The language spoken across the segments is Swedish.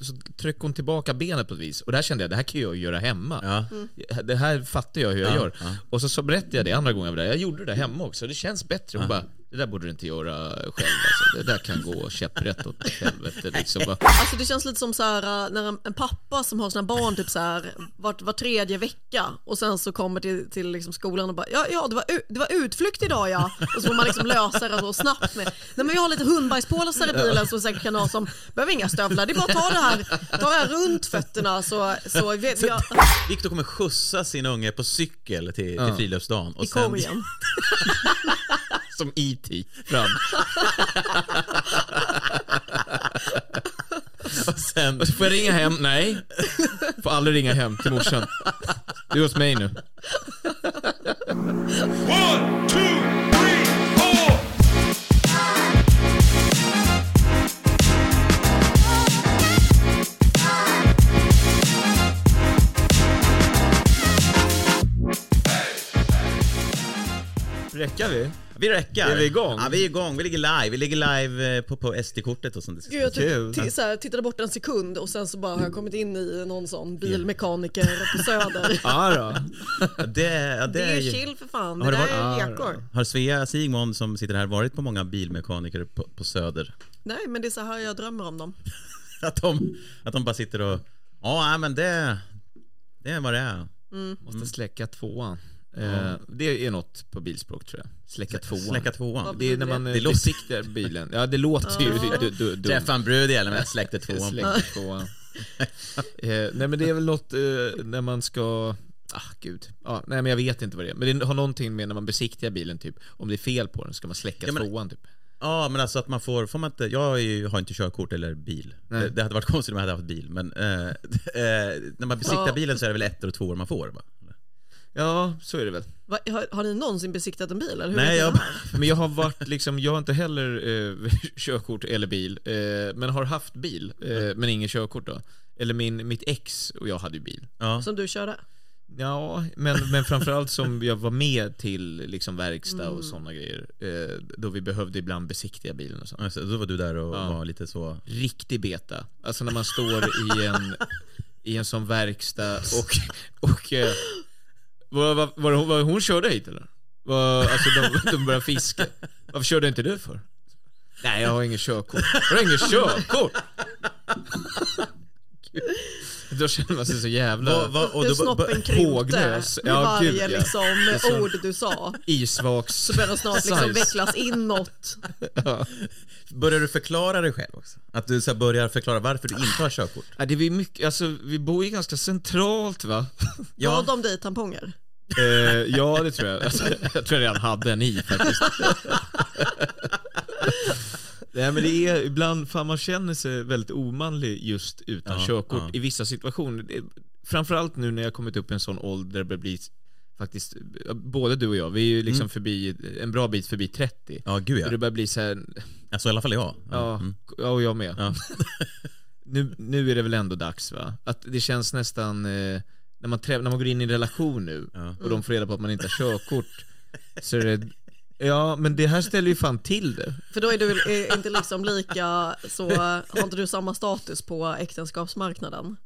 så trycker hon tillbaka benet på ett vis. Och där kände jag, det här kan jag göra hemma. Mm. Det här fattar jag hur jag gör. Och så, så berättade jag det andra gången jag var där. Jag gjorde det där hemma också. Det känns bättre. Hon bara, det där borde du inte göra själv. Alltså. Det där kan gå käpprätt åt helvete. Liksom. Bara, Alltså det känns lite som så här, äh, när en, en pappa som har sina barn typ så här, var, var tredje vecka och sen så kommer till, till liksom skolan och bara ja, ja det, var, u- det var utflykt idag ja. Och så får man liksom lösa det så snabbt med. Nej men jag har lite hundbajspålar i bilen som säkert kan ha som behöver inga stövlar. Det är bara att ta det här, ta det här runt fötterna så, så vet jag. Viktor kommer skjutsa sin unge på cykel till, till friluftsdagen. Och I korgen. som E.T. fram. och sen, Och så får jag ringa hem? Nej. Får aldrig ringa hem till morsan. Du är hos mig nu. One, two, three, four. Räcker vi? vi räcker. Är vi igång? Ja, vi är igång. Vi ligger live. Vi ligger live eh, på, på SD-kortet och sånt. Det ska Gud, jag Kul. typ, t- så här, tittade bort en sekund och sen så bara har jag kommit in i någon sån bilmekaniker på Söder. Ja då. Ja, Det, ja, det, Det är ju- ju chill för fan, Har det det där varit- är lekor. Har Svea Sigmon som sitter här varit på många bilmekaniker på, på Söder? Nej men det är så här jag drömmer om dem. Att de, att de bara sitter och... Ja, nej, men det... Det är vad det är. Måste släcka tvåan. Eh, det är något på bilspråk tror jag. Släcka tvåan. Släcka tvåan. Det är när man Det eh, låter- besiktar bilen. Ja, det låter ju du, du, dumt. Träffa en brud i men jag släckte tvåan. Släckte tvåan. eh, nej men det är väl något eh, när man ska... Ah, gud. Ja, nej men jag vet inte vad det är. Men det har någonting med när man besiktigar bilen typ. Om det är fel på den ska man släcka Ja, men- tvåan typ. Ja, men alltså att man får, får man inte, jag är ju- har inte körkort eller bil. Det, det hade varit konstigt om jag hade haft bil, men eh, eh, när man besiktar Ja. bilen så är det väl ett och två år man får va? Ja, så är det väl. Va, har, har ni någonsin besiktat en bil? Eller hur Nej, vet ni jag, det här? Men jag har varit liksom, jag har inte heller eh, körkort eller bil, eh, men har haft bil, eh, men ingen körkort då. Eller min, mitt ex och jag hade ju bil. ja. Som du körde? Ja, men, men framförallt som jag var med till liksom verkstad och sådana grejer. Eh, då vi behövde ibland besiktiga bilen och sånt. alltså, då var du där och Ja. var lite så... Riktig beta. Alltså när man står i en, i en sån verkstad och... och eh, var, var, var, det hon, var det hon körde hit eller? Var, alltså de, de började fiska. Varför körde inte du för? Nej, jag har ingen körkort. Har du ingen körkort? Gud. Då känner man sig så jävla... Va- va- och Hur då- ba- snoppen ba- krympte med håglös. Ja, varje gud, ja. liksom, är så- ord du sa. Isvaks... Så började den snart liksom size. vecklas inåt. Ja. Börjar du förklara dig själv också? Att du så här börjar förklara varför du inte har körkort? Ja, det är mycket, alltså vi bor ju ganska centralt va? Gav de dig tamponger? Eh, ja, det tror jag. Alltså, jag tror jag redan hade en i faktiskt. Nej men det är ibland, fan man känner sig väldigt omanlig just utan Ja, körkort ja. i vissa situationer. Det, framförallt nu när jag kommit upp i en sån ålder där det blir faktiskt, både du och jag, vi är ju liksom förbi, en bra bit förbi 30. Mm. Ja, gud Och det ja. börjar bli så här, Alltså i alla fall jag. ja, ja och jag med. Ja. nu, nu är det väl ändå dags va? Att det känns nästan, eh, när, man trä- när man går in i en relation nu Ja. och de får reda på att man inte har körkort, så är det, ja men det här ställer ju fan till det. För då är du eh, inte liksom lika, så har inte du samma status på äktenskapsmarknaden?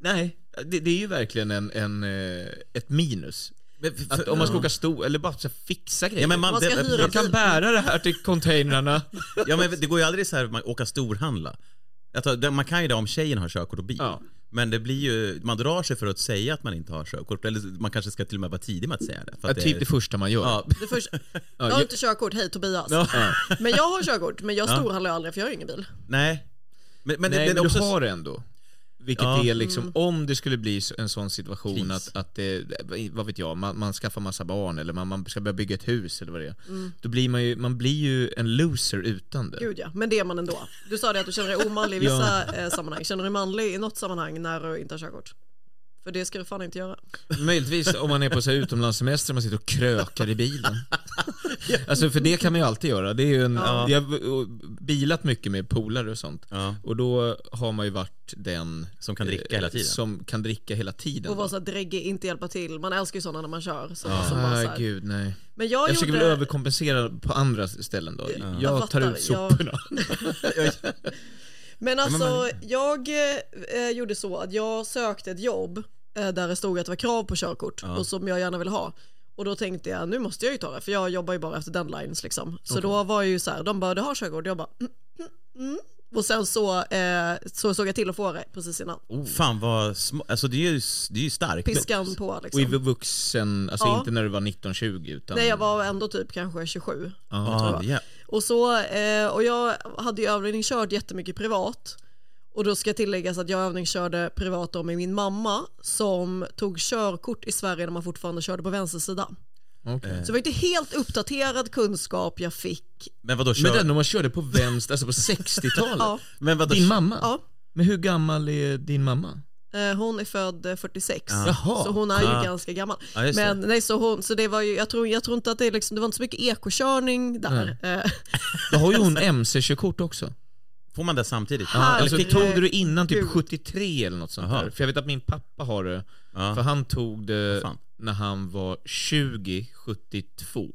Nej, det, det är ju verkligen en, en, eh, ett minus. Men för- Att om man ska ja. åka stor, eller bara så här, fixa grejer. Ja, men man, Man ska det, hyra jag kan bära det här till containrarna. Ja men det går ju aldrig så här att man åka storhandla. Jag tar, det- man kan ju det om tjejen har körkort och bil. Ja. Men det blir ju, man drar sig för att säga att man inte har körkort. Eller man kanske ska till och med vara tidig med att säga det. För Ja, att typ det första man gör. Ja, Det första, jag har inte körkort, hej Tobias. Men jag har körkort, men jag storhandlar aldrig för jag har ingen bil. nej. Men, men, Nej, det, det men är också... du har det ändå. Vilket Ja. Mm. är liksom, om det skulle bli så- en sån situation Kris. att, att det, eh, vad vet jag, man, man skaffar massa barn eller man, man ska börja bygga ett hus eller vad det är. Då blir man ju, man blir ju en loser utan det. Mm. Gud ja, men det är man ändå. Du sa det att du känner dig omanlig i vissa eh, sammanhang. Känner du dig manlig i något sammanhang när du inte har körkort? För det ska du fan inte göra. Möjligtvis om man är på så här utomlandssemester och man sitter och krökar i bilen. Alltså för det kan man ju alltid göra. Det är ju en, Jag har och bilat mycket med polare och sånt. Ja. Och då har man ju varit den Som kan dricka eh, hela tiden. Som kan dricka hela tiden. Och vara så här dräggig, inte hjälpa till. Man älskar ju sådana när man kör. Så, som bara så Ah, här. gud, nej. Men jag, Jag försöker gjorde... väl överkompensera på andra ställen då. Jag Jag tar fattar, ut jag- soporna. Men alltså, jag eh, gjorde så att jag sökte ett jobb eh, där det stod att det var krav på körkort och som jag gärna ville ha. Och då tänkte jag, nu måste jag ju ta det, för jag jobbar ju bara efter deadlines liksom. Så då var jag ju så här, de bara, du har körkort? Jag bara, mm, mm, mm. Och sen så, eh, så såg jag till att få det precis innan. oh. Fan vad små, alltså det är ju, det är ju starkt. Piskan på Och i liksom. vuxen, alltså Ja. inte när du var 19-20 utan... Nej, jag var ändå typ kanske 27. Ja, ja. Och, så, eh, och jag hade ju övningskört jättemycket privat. Och då ska tilläggas att jag övningskörde privat då med min mamma som tog körkort i Sverige när man fortfarande körde på vänster sida. Okej. Så det var inte helt uppdaterad kunskap jag fick. Men vadå, Men kör... den när man körde på vänster, alltså på 60-talet. Ja. men vadå, Din mamma? Ja. Men hur gammal är din mamma? Eh, Hon är född eh, 46, Jaha. så hon är ju Ah. ganska gammal. Ja, just Men det. nej, så hon, så det var ju, jag tror, jag tror inte att det är liksom, det var inte så mycket ekokörning där. Eh, Då har ju hon Alltså- MC-körkort också. Får man det samtidigt? Herregud. Alltså, fick- tog du det innan typ Gud. 73 eller något sånt Jaha. där? För jag vet att min pappa har det, Ja. för han tog det fan. när han var 20, 72.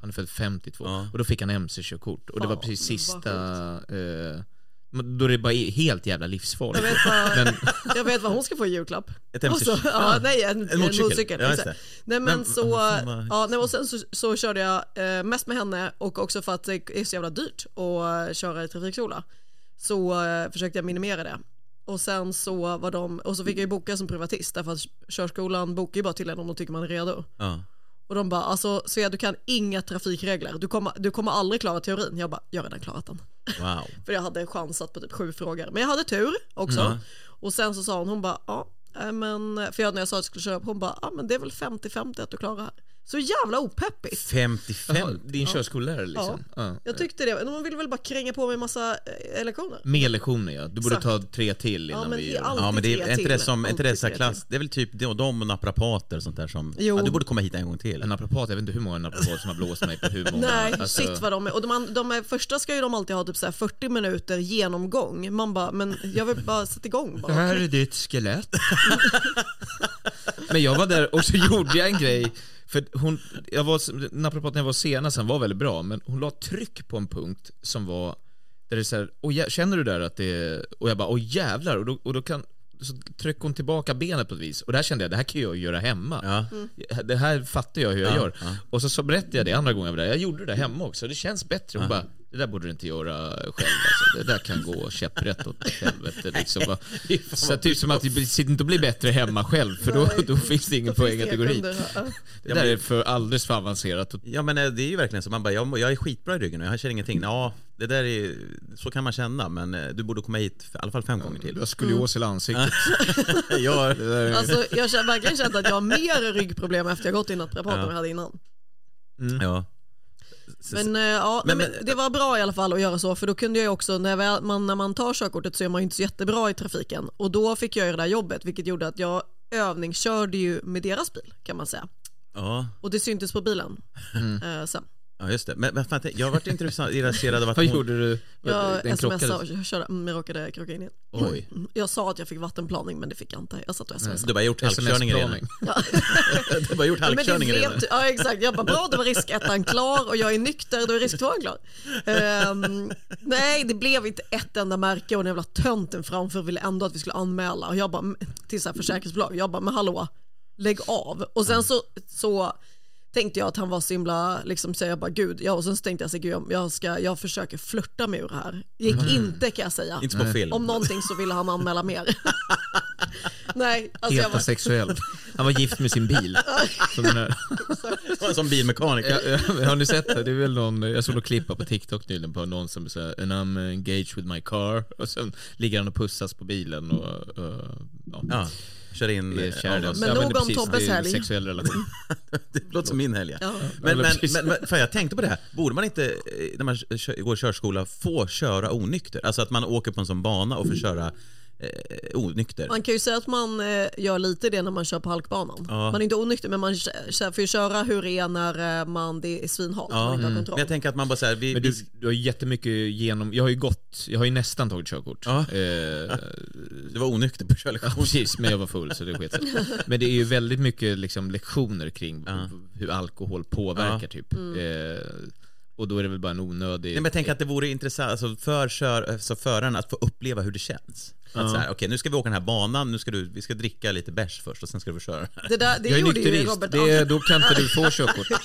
Han är född 52 Ja. och då fick han MC-körkort och det var Fan, precis vad sista... Eh, men då det bara är helt jävla livsfarligt. Jag vet vad- Men, Jag vet vad hon ska få i julklapp. Ett MC- Och så, ja, nej, en, en motorcykel. motorcykel. Ja, just exakt. det. nej, men, Men- så, ah, fan, vad- ja, nej, och sen så, så körde jag eh, mest med henne och också för att det är så jävla dyrt att eh, köra i trafikskola. Så eh, försökte jag minimera det. Och sen så var de, och så fick jag ju boka som privatist därför att körskolan bokar ju bara till en om de tycker man är redo. Ja. Och de bara, alltså Svea du kan inga trafikregler, du kommer, du kommer aldrig klara teorin. Jag bara, jag har redan klarat den. Wow. För jag hade chansat på typ sju frågor. Men jag hade tur också. Och sen så sa hon, hon bara, ja, äh, men, för jag, när jag sa att jag skulle köra upp, hon bara, ja men det är väl 50-50 att du klarar det här. Så jävla opeppigt. 55? Jaha, din körskollärare liksom? Ja. Jag tyckte det, hon ville väl bara kränga på mig en massa eh, lektioner. Mer lektioner ja, du borde Exakt. ta tre till innan men vi i gör all- det. Ja men det är, tre är inte det till. som, är inte det Alltid så här tre klass, det är väl typ de, de och naprapater och sånt där som, Jo. ja, du borde komma hit en gång till. En naprapat, jag vet inte hur många naprapater som har blåst mig på hur många. Nej, alltså, shit vad de är. Och de, an- de är, första ska ju de alltid ha typ så här 40 minuter genomgång. Man bara, men jag vill bara sätta igång Det bara. här är ditt skelett. Men jag var där och så gjorde jag en grej. För hon, jag var, naprapaten jag var senast, han var väldigt bra, men hon la tryck på en punkt som var, där det är så här, "Åh, jä- känner du där att det är, och jag bara, åh jävlar, och då, och då kan, så trycker hon tillbaka benet på ett vis. Och där kände jag, det här kan jag göra hemma. Mm. Ja. Det här fattar jag hur jag Ja, gör. ja. Och så, så berättade jag det andra gången jag var där, jag gjorde det hemma också, det känns bättre. Hon bara, det där borde du inte göra själv alltså. Det där kan gå käpprätt åt helvete liksom. Bara- Så typ som att det sitter inte och blir bättre hemma själv, för då, då finns det ingen poäng att du går hit. Det där är för alldeles för avancerat. och- Ja men eh, det är ju verkligen så, man bara, jag, mår- jag är skitbra i ryggen och jag känner ingenting. Ja, det där är, så kan man känna men eh, du borde komma hit i alla fall fem Du gånger till. har typ skolios i ansiktet. Jag, Alltså jag har verkligen känt att jag har mer ryggproblem efter jag gått till naprapaten än jag hade innan. Mm. ja. Men, eh, ja, Men- nej, men men- det var bra i alla fall att göra så för då kunde jag ju också, när, väl, man, när man tar körkortet så är man ju inte så jättebra i trafiken och då fick jag ju det där jobbet vilket gjorde att jag övningskörde ju med deras bil kan man säga Ja. och det syntes på bilen Mm. eh, sen. Ja just det, men vad fan, jag har varit intressant- irriterad av att Vad hon... gjorde du? Jag smsade och krockades. jag, körde, mm, jag råkade krocka in i en. Oj. Mm, Jag sa att jag fick vattenplaning men det fick jag inte. Jag satt och smsade. Du bara gjort halkkörningen redan. SMS-planing. Du har bara gjort Men det halkkörningen redan. vet, ja exakt, jag bara bra då var riskettan klar och jag är nykter då är risk tvåan klar. Ehm, nej det blev inte ett enda märke och den jävla tönten framför ville ändå att vi skulle anmäla och jag bara, till så här försäkringsbolag, jag bara men hallå lägg av. Och sen så, så tänkte jag att han var så himla, liksom, så jag bara gud, ja, och sen så tänkte jag så gud, jag- jag, ska, jag försöker flirta mig ur det här. Gick inte kan jag säga. Inte på film. Om någonting så ville han anmäla mer. Nej, alltså jag var, Heterosexuell. Han var gift med sin bil. Som den här- Som bilmekaniker. Ja, ja, har ni sett det? det är väl någon, jag såg något klipp på TikTok nyligen på någon som säger And I'm engaged with my car. Och sen ligger han och pussas på bilen och... och ja. Ja, kör in Det är eh, kär då. avgas. Men Ja, nog det är om precis, Tobbes det är en helg. sexuell relation. Det låter som min helg ja. Men, Ja, men, precis. men, men fan, jag tänkte på det här, borde man inte eh, när man kö- går körskola få köra onykter? Alltså att man åker på en sån bana Mm. och får köra eh, onykter. man kan ju säga att man eh, gör lite det när man kör på halkbanan. Man är inte onykter men man kö- kö- får ju köra hur det är när eh, man, det är svinhalt. när man inte Ja, mm. har men kontroll. jag tänker att man bara såhär, vi, Men du, vi- du har ju jättemycket genom... Jag har ju gått, jag har ju nästan tagit körkort. Ja. Eh, du var onykter på Ja, körlektion. precis, men jag var full så det sket sig. Men det är ju väldigt mycket liksom, lektioner kring hur alkohol påverkar typ. Mm. Eh, och då är det väl bara en onödig... Nej, men jag tänker att det vore intressant alltså för kör, alltså föraren att få uppleva hur det känns. Att så här, okej nu ska vi åka den här banan, nu ska du, vi ska dricka lite bärs först och sen ska du få köra den här. Det, där, det jag är gjorde ju nykterist, Robert. det är, då kan inte du få körkort. Eh,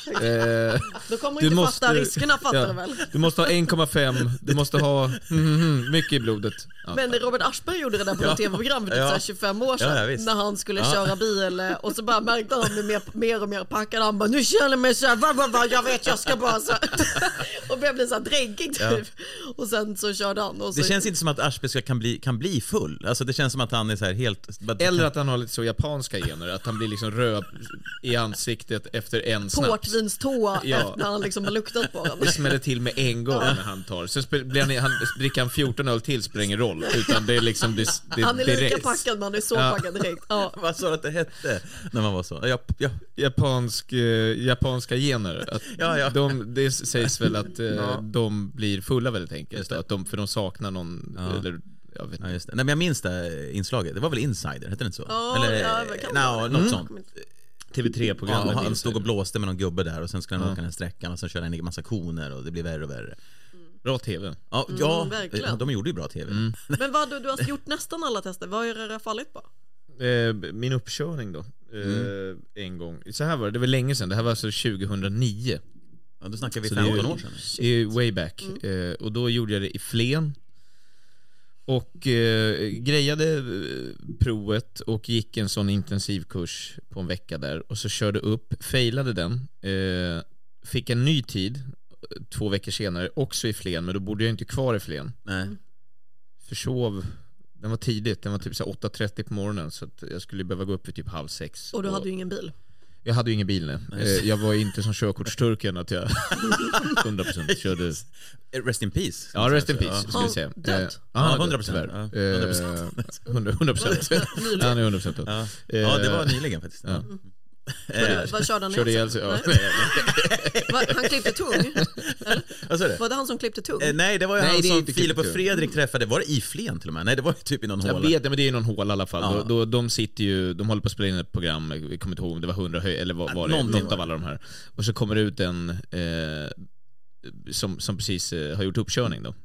Då kommer man inte fatta riskerna fattar ja, du väl? Du måste ha 1,5, du måste ha mm, mm, mycket i blodet. Ja. Men Robert Aschberg gjorde det där på ett tv-program för typ Ja. så här 25 år Ja, ja, sedan visst. när han skulle köra bil eh, och så bara märkte han hur mer, mer och mer packad han bara nu känner jag mig så här, va, va, va, jag vet jag ska bara så här. och började bli så här dräggig typ. Och sen så körde han. Och så, Det känns inte som att Aschberg ska- kan bli, kan bli full. Alltså det känns som att han är så här helt... bara- Eller att han har lite så japanska gener, att han blir liksom röd i ansiktet efter en snaps. Portvinståa Ja. efter när han liksom har luktat på den. Det smäller till med en gång när han tar. Sen sp- blir han, han, dricker han 14 öl till spelar ingen roll. Utan det är liksom det, det Han är lika direkt. packad man är så Ja. packad direkt. Ja. Vad sa du att det hette när man var så? Ja, ja. Japansk, eh, japanska gener. Att Ja, ja. De, det sägs väl att eh, de blir fulla väldigt enkelt. Att de, för de saknar någon, eller jag vet Ja, inte. just det. Nej, men jag minns det här inslaget. Det var väl Insider? Hette det inte så? Ja, ja, det Mm. kan no, vara. något sånt. Ja, TV3-programmet. och han stod och blåste med någon gubbe där och sen skulle han åka den här sträckan och sen körde han in en massa koner och det blev värre och värre. Bra TV. Ja, ja Mm, verkligen. ja, de gjorde ju bra TV. Mm. Men vad du, du har alltså gjort nästan alla tester, vad har det fallit på? Eh, min uppkörning då. Eh, Mm. En gång. Så här var det, det var länge sedan. Det här var alltså 2009. Ja, då snackar vi Så det är ju- 15 år sedan. Det är ju way back. Mm. Eh, och då gjorde jag det i Flen. Och eh, grejade eh, provet och gick en sån intensivkurs på en vecka där. Och så körde upp, failade den. Eh, fick en ny tid eh, två veckor senare, också i Flen, men då bodde jag inte kvar i Flen. Nej. Försov, den var tidigt, den var typ så här 8.30 på morgonen så att jag skulle behöva gå upp vid typ halv sex. Och du hade ju ingen bil. Jag hade ju ingen bil nu. Eh, jag var ju inte som körkortsturken att jag 100% körde Eh, Rest in peace. Ja, rest in peace, Har ska vi säga. han dött? Eh, Ja, han har 100%, tyvärr. ja. 100%. Eh, 100 100%. Han är 100% död. Ja. Eh, ja, det var nyligen faktiskt. ja. Vad- Vad körde han Eh, Körde ner ihjäl sig? sig. Ja. Nej. Vad- Han klippte tung? Vad sa du? Var det han som klippte tung? Eh, Nej, det var ju Nej, han det är som inte Filip och kul. Fredrik träffade. Var det i Flen till och med? Nej, det var ju typ i någon Jag håla. vet men det är ju någon håla i alla fall. Då, då, de sitter ju, de håller på att spela in ett program, jag kommer inte ihåg om det var 100 höj, eller vad var det? någonting Något var av alla de här. Och så kommer det ut en eh, som, som precis eh, har gjort uppkörning då.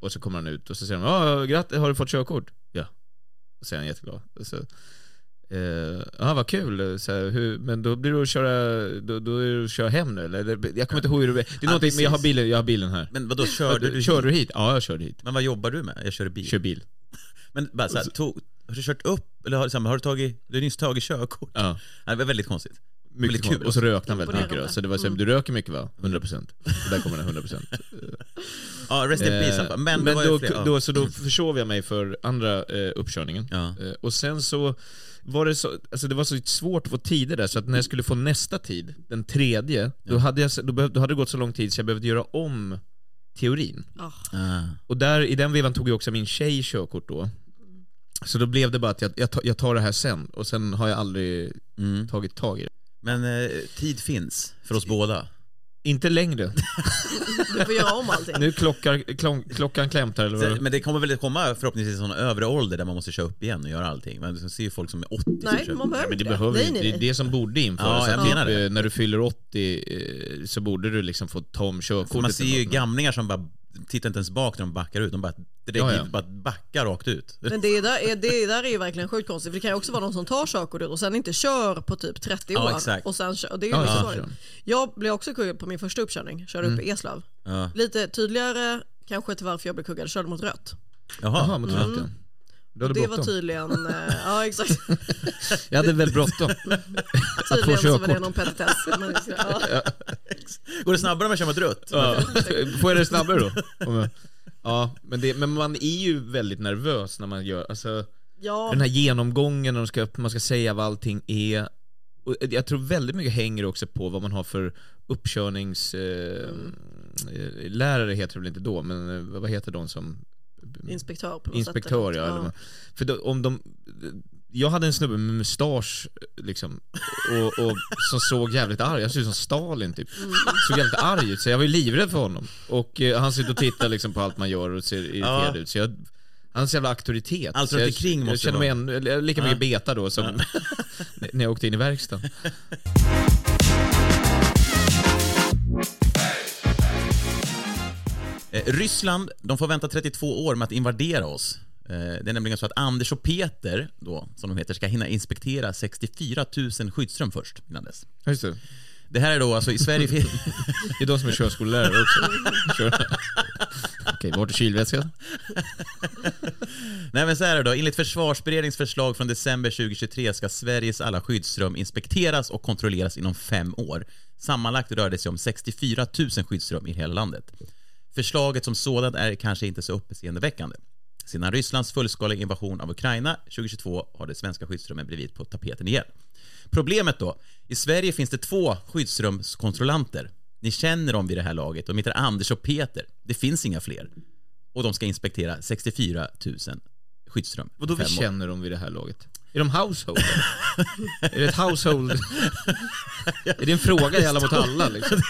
Och så kommer han ut och så säger de ja, grattis, har du fått körkort? Ja. Och så är han jätteglad. Och så, eh, ja, vad kul. Så här, hur, men då blir du att köra, då, då är du att köra hem nu eller? Eller, Jag kommer inte ihåg hur det blev. Det är någonting, men jag har bilen, jag har bilen här. Men vadå, körde du Kör du hit? Ja, jag körde hit. Men vad jobbar du med? Jag kör bil. Kör bil. Men bara så här, tog, har du kört upp, eller har, så här, har du tagit, du har nyss tagit körkort? Ja. Det var väldigt konstigt. Mycket Väldigt kul. kul. Och så rökte han väldigt mycket Imponerande. då. Så det var så, här, du röker mycket va? 100%. Så där kommer den 100%. Ja, rest in peace. Eh, Alfa. men Men, det var ju då, fler, ja. Mm. då, så då försov jag mig för andra eh, uppkörningen. Ja. Eh, och sen så var det så, alltså det var så svårt att få tider där, så att när jag skulle få nästa tid, den tredje, då, hade jag, då, behöv, då hade det gått så lång tid så jag behövde göra om teorin. Ah. Ah. Och där, i den vevan tog jag också min tjej körkort då. Så då blev det bara att jag, jag, tar, jag tar det här sen, och sen har jag aldrig Mm. tagit tag i det. Men eh, tid finns för oss båda. Inte längre. Du får göra om allting. Nu klockar, klon, klockan klämtar eller vad? Så, men det kommer väl komma förhoppningsvis en sån övre ålder där man måste köra upp igen och göra allting. Men så ser ju folk som är 80 som Nej, kör man behöver Men det inte behöver nej, ju nej, Det nej. är det som borde införas. Ja, jag Att typ, menar det. eh, När du fyller 80 eh, så borde du liksom få ta om körkortet. man ser ju eller något. gamlingar som bara tittar inte ens bak när de backar ut, de bara Det räcker Ja, ja. inte bara att backa rakt ut. Men det där, är, det där är ju verkligen sjukt konstigt. För det kan ju också vara någon som tar körkortet och sen inte kör på typ 30 Ja, år. exakt. Och sen, kör- och det är ju Ja, lite ja, Mm. sorgligt. förstår. Jag blev också kuggad på min första uppkörning. Körde upp i Eslöv. Ja. Lite tydligare kanske till varför jag blev kuggad. Körde mot rött. Jaha, Jaha. mot röntgen. Du hade Mm. Det var bråttom. tydligen, eh, ja exakt. Jag hade väl bråttom. Tydligen så var det körkort. någon petitess. Men, ja. Går det snabbare om jag kör mot rött? Ja. Får jag det snabbare då? Om jag- Ja, men, det, men man är ju väldigt nervös när man gör, alltså ja, den här genomgången, när de ska, man ska säga vad allting är. Och eh, jag tror väldigt mycket hänger också på vad man har för uppkörningslärare, eh, lärare heter det väl inte då, men eh, vad heter de som inspektör på något Inspektör sätt. ja. eller vad- För då, om de, jag hade en snubbe med mustasch liksom, och, och som såg jävligt arg, han såg ut som Stalin typ. Såg jävligt arg ut, så jag var ju livrädd för honom. Och eh, han sitter och tittar liksom, på allt man gör och ser irriterad Ja. ut. Så jag, han har så jävla auktoritet. Allt så jag, runt omkring måste jag känner mig ännu, eller lika mycket beta då som när jag åkte in i verkstaden. Eh, Ryssland, de får vänta 32 år med att invadera oss. Eh, Det är nämligen så att Anders och Peter, då, som de heter, ska hinna inspektera 64 000 skyddsrum först innan dess. Ja, Just det. Det här är då alltså i Sverige... fin- det är de som är körskollärare också. Kör. Okej, vart är kylväskan? Nej men så här är det då, enligt Försvarsberedningens förslag från december 2023 ska Sveriges alla skyddsrum inspekteras och kontrolleras inom fem år. Sammanlagt rör det sig om 64 000 skyddsrum i hela landet. Förslaget som sådant är kanske inte så uppseendeväckande. Sedan Rysslands fullskaliga invasion av Ukraina 2022 har det svenska skyddsrummet blivit på tapeten igen. Problemet då, i Sverige finns det två skyddsrumskontrollanter. Ni känner dem vid det här laget, de heter Anders och Peter. Det finns inga fler. Och de ska inspektera 64 000 skyddsrum. på Vadå vi fem år. känner dem vid det här laget? Är de household? är det ett household? är det en fråga i Alla mot alla liksom?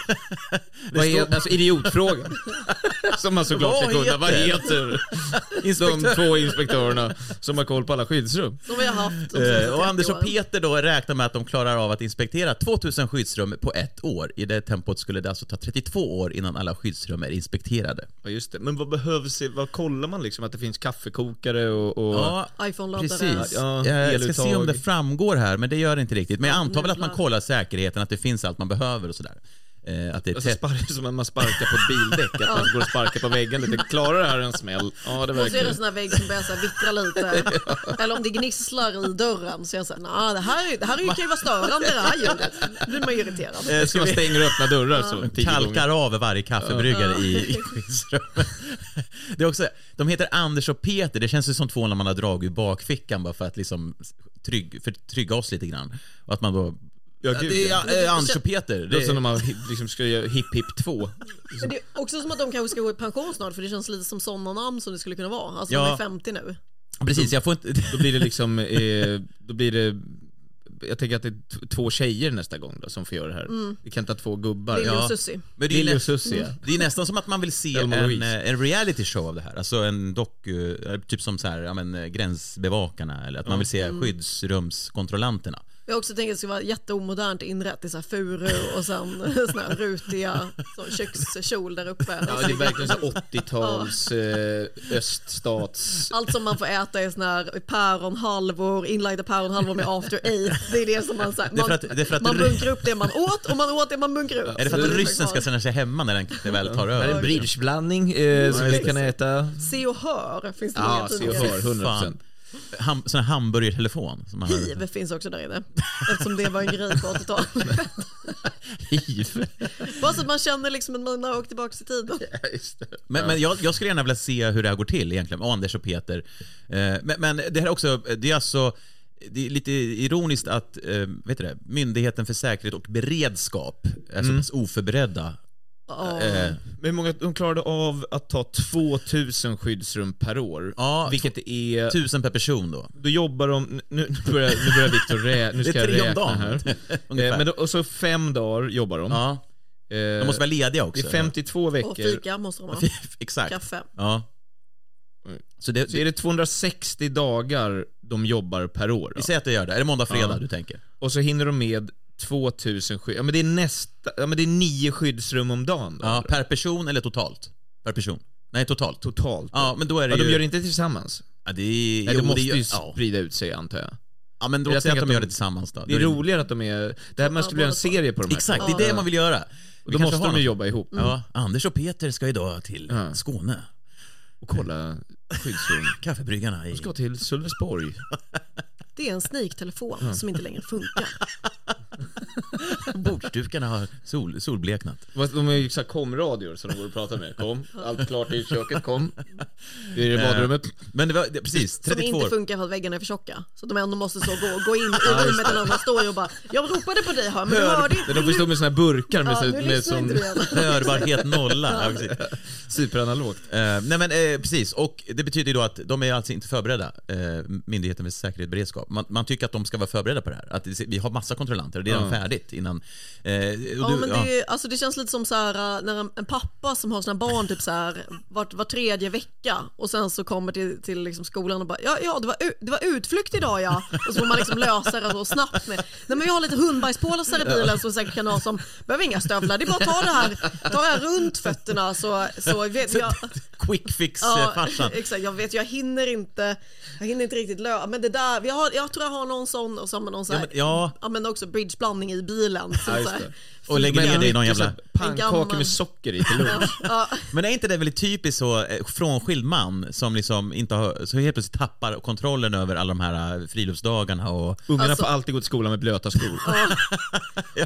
Vad är, alltså idiotfrågan. Som man såklart ska Vad kunna. Vad heter? heter de två inspektörerna som har koll på alla skyddsrum? Som vi har haft de Eh, senaste Och Anders 30 och åren. Peter då räknar med att de klarar av att inspektera 2000 skyddsrum på ett år. I det tempot skulle det alltså ta 32 år innan alla skyddsrum är inspekterade. Ja, just det. Men vad behövs, i- vad kollar man liksom? Att det finns kaffekokare och... och... Ja, iPhone-laddare. precis. Eh, Ja, jag ska eluttag. se om det framgår här, men det gör det inte riktigt. Men jag antar väl att man jävlar. kollar säkerheten, att det finns allt man behöver och sådär. Eh, Att det är Alltså tätt. sparkar som när man sparkar på ett bildäck, att man går och sparkar på väggen lite. Klarar det här en smäll? Ja, det Och så är det en verkar sån här vägg som börjar så här vittra lite. Eller om det gnisslar i dörren så är jag såhär, nah, det här, är- det här är ju- kan ju vara störande det här ljudet. Nu blir man ju irriterad. Eh, det. Ska man stänga och öppna dörrar så? tio gånger. Kalkar av varje kaffebryggare i, i skyddsrummet. Det är också, de heter Anders och Peter, det känns ju som två när man har dragit ur bakfickan bara för att liksom trygg, för att trygga oss lite grann. Och att man då... Ja, gud, det är ja. eh, Anders och Peter. Det låter som när Det, man hi- liksom ska göra Hipp Hipp 2. Men det är också som att de kanske ska gå i pension snart för det känns lite som sådana namn som det skulle kunna vara. Alltså de Ja. är 50 nu. precis, jag får inte... Då blir det liksom, eh, då blir det jag tänker att det är t- två tjejer nästa gång då, som får göra det här. Vi kan inte ha två gubbar. Lilly och Susie. Men det, är Lilly ju och nä- Susie. ja. det är nästan som att man vill se en, Thelma och Louise. eh, en reality show av det här. Alltså en doku, eh, typ som så här, ja, men, eh, gränsbevakarna eller att man vill se skyddsrumskontrollanterna. Jag också tänker att det ska vara jätteomodernt inrett i så här furu och sen såna här rutiga sån kökskjol där uppe. Ja, det är verkligen så 80-tals eh, öststats... Allt som man får äta är sån här päronhalvor, inlagda päronhalvor med after eight. Det är det som man så här, Det är för man, att- det är för att- man bunkrar upp det man åt och man åt det man bunkrar upp. Är det för Så att blir ryssen ska kvar. känna sig hemma när den det väl tar Det är en över? bridgeblandning eh, som vi kan äta. Se och hör finns det Ja, många se och tidningar. hör, 100%. Fan. Ham, sån här hamburgertelefon. Som man har. Hiv finns också där inne. Eftersom det var en grej på 80-talet. Hiv. Bara så att man känner liksom att man har åkt tillbaka i tiden. Ja, just det. Men, men jag, jag skulle gärna vilja se hur det här går till egentligen, Anders och Peter. Eh, men, men det här är också, det är alltså det är lite ironiskt att eh, vet du det, Myndigheten för säkerhet och beredskap är Mm. så pass oförberedda. Ja. Eh, Men hur många, de klarade av att ta 2000 skyddsrum per år. Ja, vilket är... typ, tusen per person då. Då jobbar de... Nu, nu börjar, nu börjar Viktor rä, Nu Det ska är jag tre om räkna dagen. här. Ungefär. Eh, men då, och så fem dagar jobbar de. ja, de Eh, måste vara lediga Det också. är 52 Och veckor. eh, fika måste de ha. Exakt. Kaffe. Ja. Så det, Så är det 260 dagar de jobbar per år. vi då. säger att det gör det. Är det måndag, fredag Ja. du tänker? Och så hinner de med 2000 skydd... Ja men det är nästa... Ja men det är nio skyddsrum om dagen alltså, då. Ja, per person eller totalt? Per person. Nej, totalt. Totalt. Ja, men då är det Ja, de ju... gör det inte tillsammans. Ja, det är... Nej, jo, de måste det gör- ju ja. sprida ut sig antar jag. ja, men då Jag säger tänker att att de de- gör det tillsammans då. Det är roligare att de är... Det här måste bli en serie på de här Exakt, två. det är det man vill göra. Vi Då kanske måste har de något. Mm. ju jobba ihop Ja, Anders och Peter ska idag till Ja. Skåne. och kolla skyddsrum. Kaffebryggarna i... Ska till Sölvesborg. Det är en sneak-telefon Mm. som inte längre funkar. Bordsdukarna har sol, solbleknat. Fast De är ju exakt komradior som de går och pratar med. Kom, allt klart i köket, kom. Det är Eh. i badrummet. Men det var, det, precis, Som 32 inte år. funkar för att väggarna är för tjocka. Så de ändå måste så gå, gå in i rummet där någon står och bara “Jag ropade på dig hör, men du hörde inte”. Där de får stå med såna här burkar med, Ja, så, nu med lyssnar inte som du än. Hörbarhet nolla. Ja, precis. superanalogt. Eh, nej men eh, precis, och det betyder ju då att de är alltså inte förberedda, eh, Myndigheten för säkerhet och beredskap. Man, man tycker att de ska vara förberedda på det här. Att det- vi har massa kontrollanter och det är redan färdigt innan. Eh, och Ja, du- men ja. det, är- alltså, det känns lite som så här, äh, när en, en pappa som har sina barn typ så här, vart, var tredje vecka och sen så kommer till, till liksom skolan och bara ja, ja det, var, u- det var utflykt idag ja. Och så får man liksom lösa det så snabbt med nej men jag har lite hundbajspåsar i bilen som säkert kan ha som behöver inga stövlar det är bara att ta det här, ta det här runt fötterna så, så vet jag. Quick fix eh, farsan. exakt. Jag vet, jag hinner inte, jag hinner inte riktigt lösa, men det där, jag, har, jag tror jag har någon sån och så har man någon sån Ja, här, men, ja, ja men också bridgeblandning i bilen. Så, Ja, så just här. det. och lägger ner Men dig i någon mycket jävla... så här gammal- Pannkakor med socker i till lunch. Men är inte det väldigt typiskt så eh, frånskild man som liksom inte har, så helt plötsligt tappar kontrollen över alla de här eh, friluftsdagarna och... Ungarna Alltså- får alltid gå till skolan med blöta skor.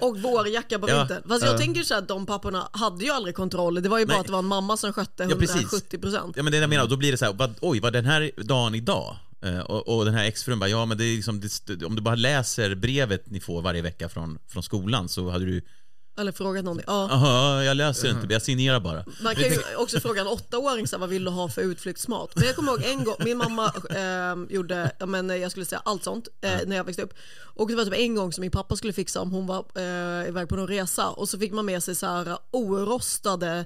Och vårjacka på Ja, vintern. Fast jag ja. tänker så att de papporna hade ju aldrig kontroll. Det var ju bara Nej. att det var en mamma som skötte Ja, precis. 170 procent. Ja men det är det jag menar, och då blir det så här, vad, oj vad den här dagen idag? Eh, och, och den här exfrun bara, ja men det är liksom, det, st- om du bara läser brevet ni får varje vecka från, från skolan så hade du, Eller frågat någon. Ja. jaha jag läser inte, men jag signerar bara. Man kan ju också fråga en åttaåring så här, vad vill du ha för utflyktsmat. Men jag kommer ihåg en gång, min mamma eh, gjorde, ja, men, jag skulle säga allt sånt eh, när jag växte upp. Och det var typ en gång som min pappa skulle fixa om hon var eh, iväg på någon resa och så fick man med sig så här orostade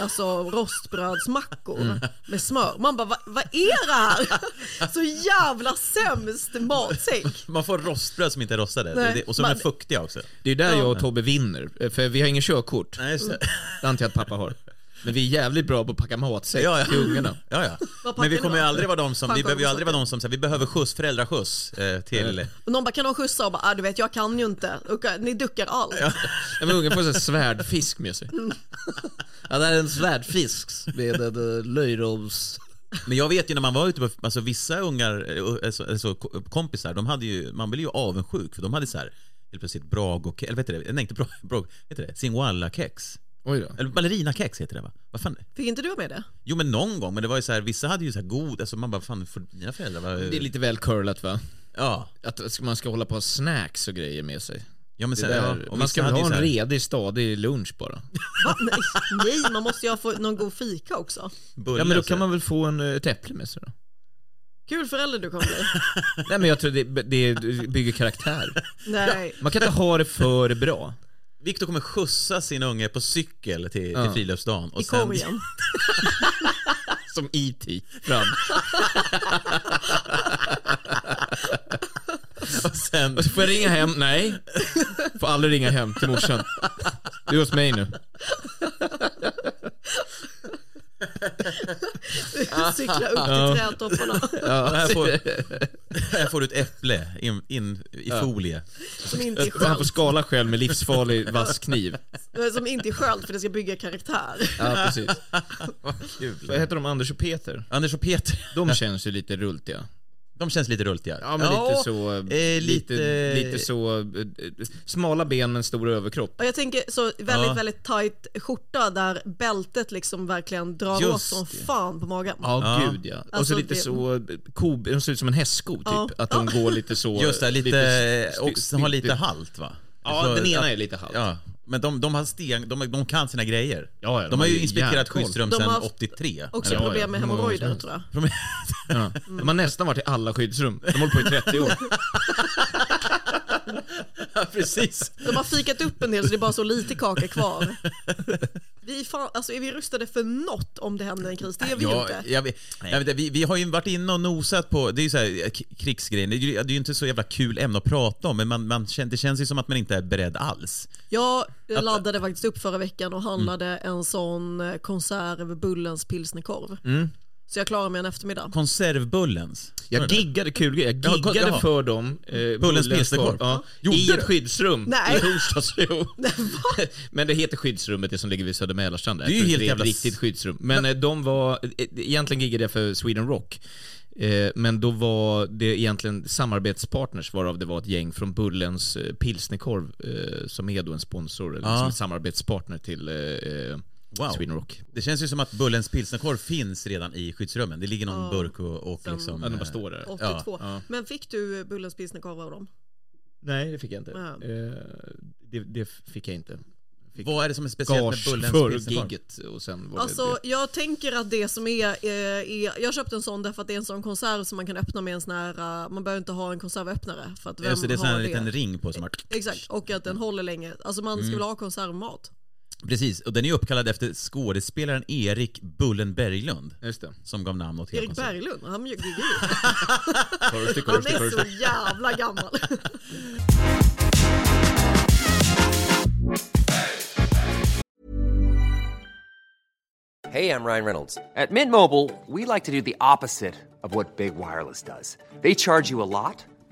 Alltså rostbrödsmackor med smör. Man bara, "Va- vad är det här? Så jävla sämst matsäck. Man får rostbröd som inte är rostade, Nej, Det- och så är de man- fuktiga också. Det är där jag och Tobbe vinner, för vi har ingen körkort. Nej just det. Det antar jag att pappa har. Men vi är jävligt bra på att packa matsäck Ja, ja. till ungarna. Ja, ja. Vad packar Men vi du kommer ju då? aldrig vara de som, vi Pannkakor behöver ju och aldrig vara de som säger vi behöver skjuts, föräldraskjuts eh, till... Och någon bara, kan de skjutsa? Och bara, "Ah, du vet jag kan ju inte. Och, eh, Ni duckar allt. Ja, men ungen får så här svärdfisk med sig. Ja, det här är en svärdfisk med en eh, löjroms... Men jag vet ju när man var ute på, alltså vissa ungar, eh, alltså, alltså ko- kompisar, de hade ju, man blev ju avundsjuk för de hade så här helt plötsligt Brago, eller vad heter det? Nej, inte Brago, Brago vad heter det? Singoalla-kex. Oj då. Eller ballerinakex heter det va? Vad fan? Fick inte du vara med det? Jo men någon gång, men det var ju så här, vissa hade ju så här god, alltså man bara fan, för mina föräldrar var Det är lite väl curlat va? Ja. Att man ska hålla på och ha snacks och grejer med sig. Ja men Det sen, där, ja, och man ska vissa väl hade ju ha en så här- redig, stadig lunch bara. Va? Nej, nej, man måste ju ha fått någon god fika också. bulle, Ja men då så här. kan man väl få en, eh, ett äpple med sig då? Kul förälder du kommer bli. Nej men jag tror det, det bygger karaktär. Nej. Man kan inte ha det för bra. Viktor kommer skjutsa sin unge på cykel till, till Ja. friluftsdagen. Och I korgen. Som E E.T. fram. och sen, Och så får jag ringa hem? Nej. Får aldrig ringa hem till morsan. Du är hos mig nu. Cykla upp till trädtopparna. och här, får, här får du ett äpple in, in i folie. Som inte är Och han får sköld. skala själv med livsfarlig vass kniv. Nej, Som inte är sköld för det ska bygga karaktär. Ja precis. Vad Kul. heter de? Anders och Peter? Anders och Peter. De känns ju lite rultiga. De känns lite rultiga. Ja men lite så, eh, lite, lite- lite, så, eh, smala ben men stor överkropp. Och jag tänker så väldigt, väldigt tight skjorta där bältet liksom verkligen drar Just åt som det. fan på magen. Ja, Ja. gud ja. Och Alltså, så lite det- så, eh, ko, de ser ut som en hästsko typ. Ja. Att de går lite så. Just det, lite, styr- och som har lite styr- halt va? Ja, Så- den ena ja, är lite halt. Ja, men de, de har sten, de, de kan sina grejer. Ja, ja, de, har ju inspekterat järnkoll. skyddsrum De sedan har- 83. Också eller? ja, problem med hur många gånger som hemorrojder helst. tror jag. Ja. De har nästan varit i alla skyddsrum. De håller på i 30 år. Ja, precis. De har fikat upp en del så det är bara så lite kaka kvar. Vi är fan, alltså är vi rustade för något om det händer en kris? Det är vi ju Ja, inte. jag vet, jag vet, inte, vi, vi har ju varit inne och nosat på, det är ju så här, eh, k- krigsgrejen, det är ju det är ju inte så jävla kul ämne att prata om, men man, man, kän- det känns ju som att man inte är beredd alls. Jag laddade faktiskt upp förra veckan och Mm. handlade en sån eh, konserv Bullens pilsnerkorv. Mm. Så jag klarar mig en eftermiddag. Konservbullens. Jag giggade kul grej. Jag Ja, ko- giggade jaha. för dem. Eh, Bullens pilsnerkorv. Ja, Gjorde I du? ett skyddsrum Nej. i torsdags. Jo. Men det heter skyddsrummet, det som ligger vid Södermälarstrand. där. Det är ju Jag tror helt inte det är jävla ett s- riktigt skyddsrum. Men eh, de var... eh, Egentligen giggade jag för Sweden Rock. Eh, Men då var det egentligen samarbetspartners varav det var ett gäng från Bullens eh, pilsnerkorv eh, som är då en sponsor, eller Ja. som en samarbetspartner till eh, eh, Wow. Sweden Rock. Det känns ju som att Bullens pilsnerkorv finns redan i skyddsrummen. Det ligger någon burk och, och liksom... Ja, de eh, bara står där. 82. ja. Men fick du eh, Bullens pilsnerkorv av dem? Nej, det fick jag inte. Ja. Eh, Det, det fick jag inte. Fick Vad är det som är speciellt med gage Bullens för pilsnerkorv? gigget och sen var Alltså det jag tänker att det som är, eh, är, jag köpte en sån därför att det är en sån konserv som man kan öppna med en sån här, eh, man behöver inte ha en konservöppnare för att vem Just det, det är sån har här det? liten Mm. ring på som har... Exakt, och att den håller länge. Alltså man ska väl ha konservmat? Precis, och den är uppkallad efter skådespelaren Erik Bullen Berglund. det. Just det. Som gav namn åt hela Erik konserten. Berglund, han giggar ju. Först, Han är så jävla gammal. Hey, I'm Ryan Reynolds. At Mint Mobile, we like to do the opposite of what Big Wireless does. They charge you a lot,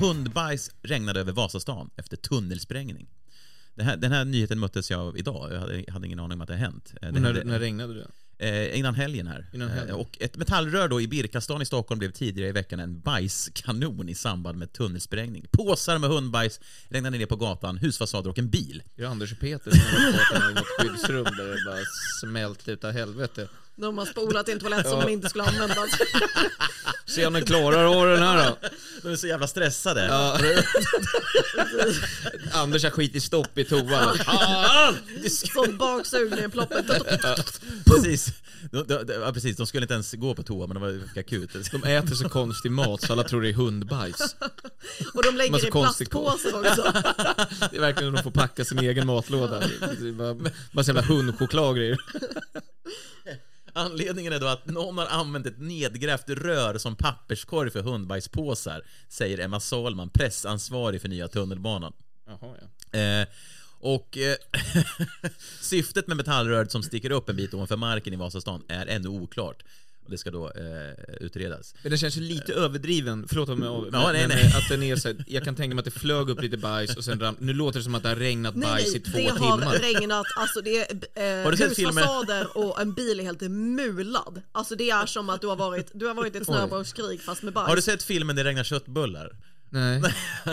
Hundbajs regnade över Vasastan efter tunnelsprängning. Det här, den här nyheten möttes jag av idag. Jag hade, hade ingen aning om att det hade hänt. Eh, När, Det hände- när regnade det? eh, innan helgen här. Innan helgen. Eh, och ett metallrör då i Birkastan i Stockholm blev tidigare i veckan en bajskanon i samband med tunnelsprängning. Påsar med hundbajs regnade ner på gatan, husfasader och en bil. Det är Anders och Peter som har varit borta i något skyddsrum där det bara smält utav helvete. De har spolat i en toalett som man inte skulle använda. Se om den klarar av den här då. De är så jävla stressade. Anders har skit i stopp i toan. Ah! Fan! Sån baksugning i ploppen. Precis. De, de, de, ja, precis. De skulle inte ens gå på toa, men de var fick akut. De äter så konstig mat så alla tror det är hundbajs. Och de lägger Massa i konstig- plastpåsar också. Det är verkligen att de får packa sin egen matlåda. Det är bara, bara så jävla hundchoklad och grejer. Anledningen är då att någon har använt ett nedgrävt rör som papperskorg för hundbajspåsar, säger Emma Salman, pressansvarig för nya tunnelbanan. Jaha, ja. Eh, och eh, syftet med metallröret som sticker upp en bit ovanför marken i Vasastan är ännu oklart. Och det ska då eh, utredas. Men det känns ju lite överdriven, förlåt om jag av- men, nej, men nej. att den är så här, jag kan tänka mig att det flög upp lite bajs och sen ram, Nu låter det som att det har regnat bajs i två det timmar. har regnat, alltså det är eh, Har du sett filmen? husfasader och en bil är helt mulad. Alltså det är som att du har varit, du har varit i ett snöbollskrig fast med bajs. Har du sett filmen Det regnar köttbullar? Nej.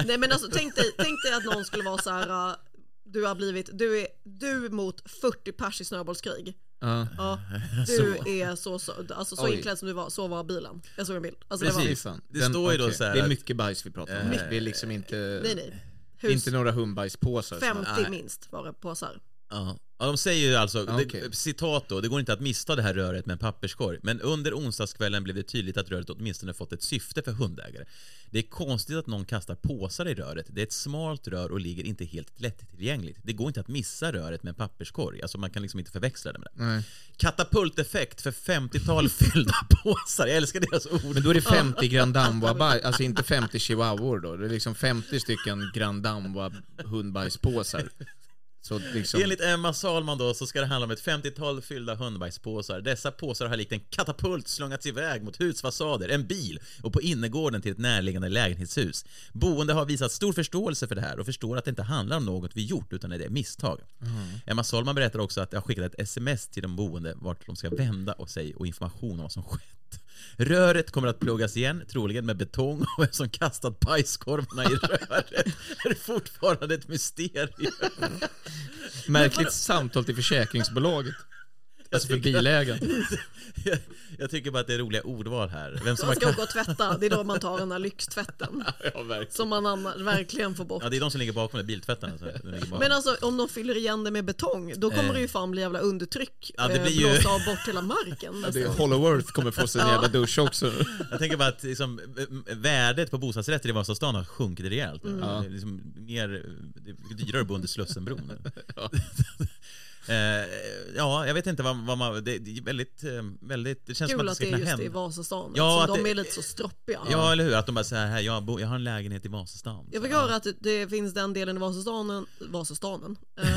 Nej men alltså tänk dig, tänk dig att någon skulle vara så här. eh, du har blivit, du är du mot 40 pers i snöbollskrig. Ja. Ja, du är så, så, alltså så Oj. inklädd som du var, så var bilen. Jag såg en bild. Alltså det Fy var, Precis. fan. Det står ju då okej. så här Det är att- Eh, mycket bajs vi pratar om. Det är liksom inte, nej nej. Hus, inte några hundbajspåsar. 50 minst var det påsar. Ja. Ja, de säger ju alltså, okej. det, citat då, det går inte att mista det här röret med en papperskorg. Men under onsdagskvällen blev det tydligt att röret åtminstone fått ett syfte för hundägare. Det är konstigt att någon kastar påsar i röret. Det är ett smalt rör och ligger inte helt lättillgängligt. Det går inte att missa röret med en papperskorg. Alltså man kan liksom inte förväxla det med det. Katapulteffekt för 50-tal fyllda påsar. Jag älskar deras ord. Men då är det 50 grandamboa alltså inte 50 chihuahuor då. Det är liksom 50 stycken grandamboa hundbajspåsar. Så liksom... Enligt Emma Salman då så ska det handla om ett 50-tal fyllda hundbajspåsar. Dessa påsar har likt en katapult slungats iväg mot husfasader, en bil och på innergården till ett närliggande lägenhetshus. Boende har visat stor förståelse för det här och förstår att det inte handlar om något vi gjort utan att det är misstag. Mm. Emma Salman berättar också att jag har skickat ett sms till de boende vart de ska vända och sig och information om vad som skett. Röret kommer att pluggas igen, troligen med betong och vem som kastat bajskorvarna i röret är fortfarande ett mysterium. Märkligt samtal till försäkringsbolaget. Alltså för bilägaren. jag, jag tycker bara att det är roliga ordval här. Vem som Man har ska gå och tvätta, det är då man tar den där lyxtvätten. Som man annars verkligen får bort. Ja, det är de som ligger bakom det, biltvätten. Alltså. Den ligger bakom. Men alltså om de fyller igen det med betong, då kommer det ju fan bli jävla undertryck. Ja, det eh, blir ju- Blåsa av bort hela marken. Det är nästan. Holloworth kommer få sig en jävla dusch också. Jag tänker bara att liksom, eh, värdet på bostadsrätter i Vasastan har sjunkit rejält. Mm. Det är liksom mer, det är dyrare att bo under Slussenbron. Eh, ja, jag vet inte vad, vad man... Det, det är väldigt, eh, väldigt... Det känns som Kul att att det det ska är kunna just i hända. Vasastan. Ja, Ja, att de det- är lite så stroppiga. Ja, eller hur? Att de bara säger här, jag, bor, jag har en lägenhet i Vasastan. Jag fick höra att det finns den delen i Vasastanen, Vasastanen, eh,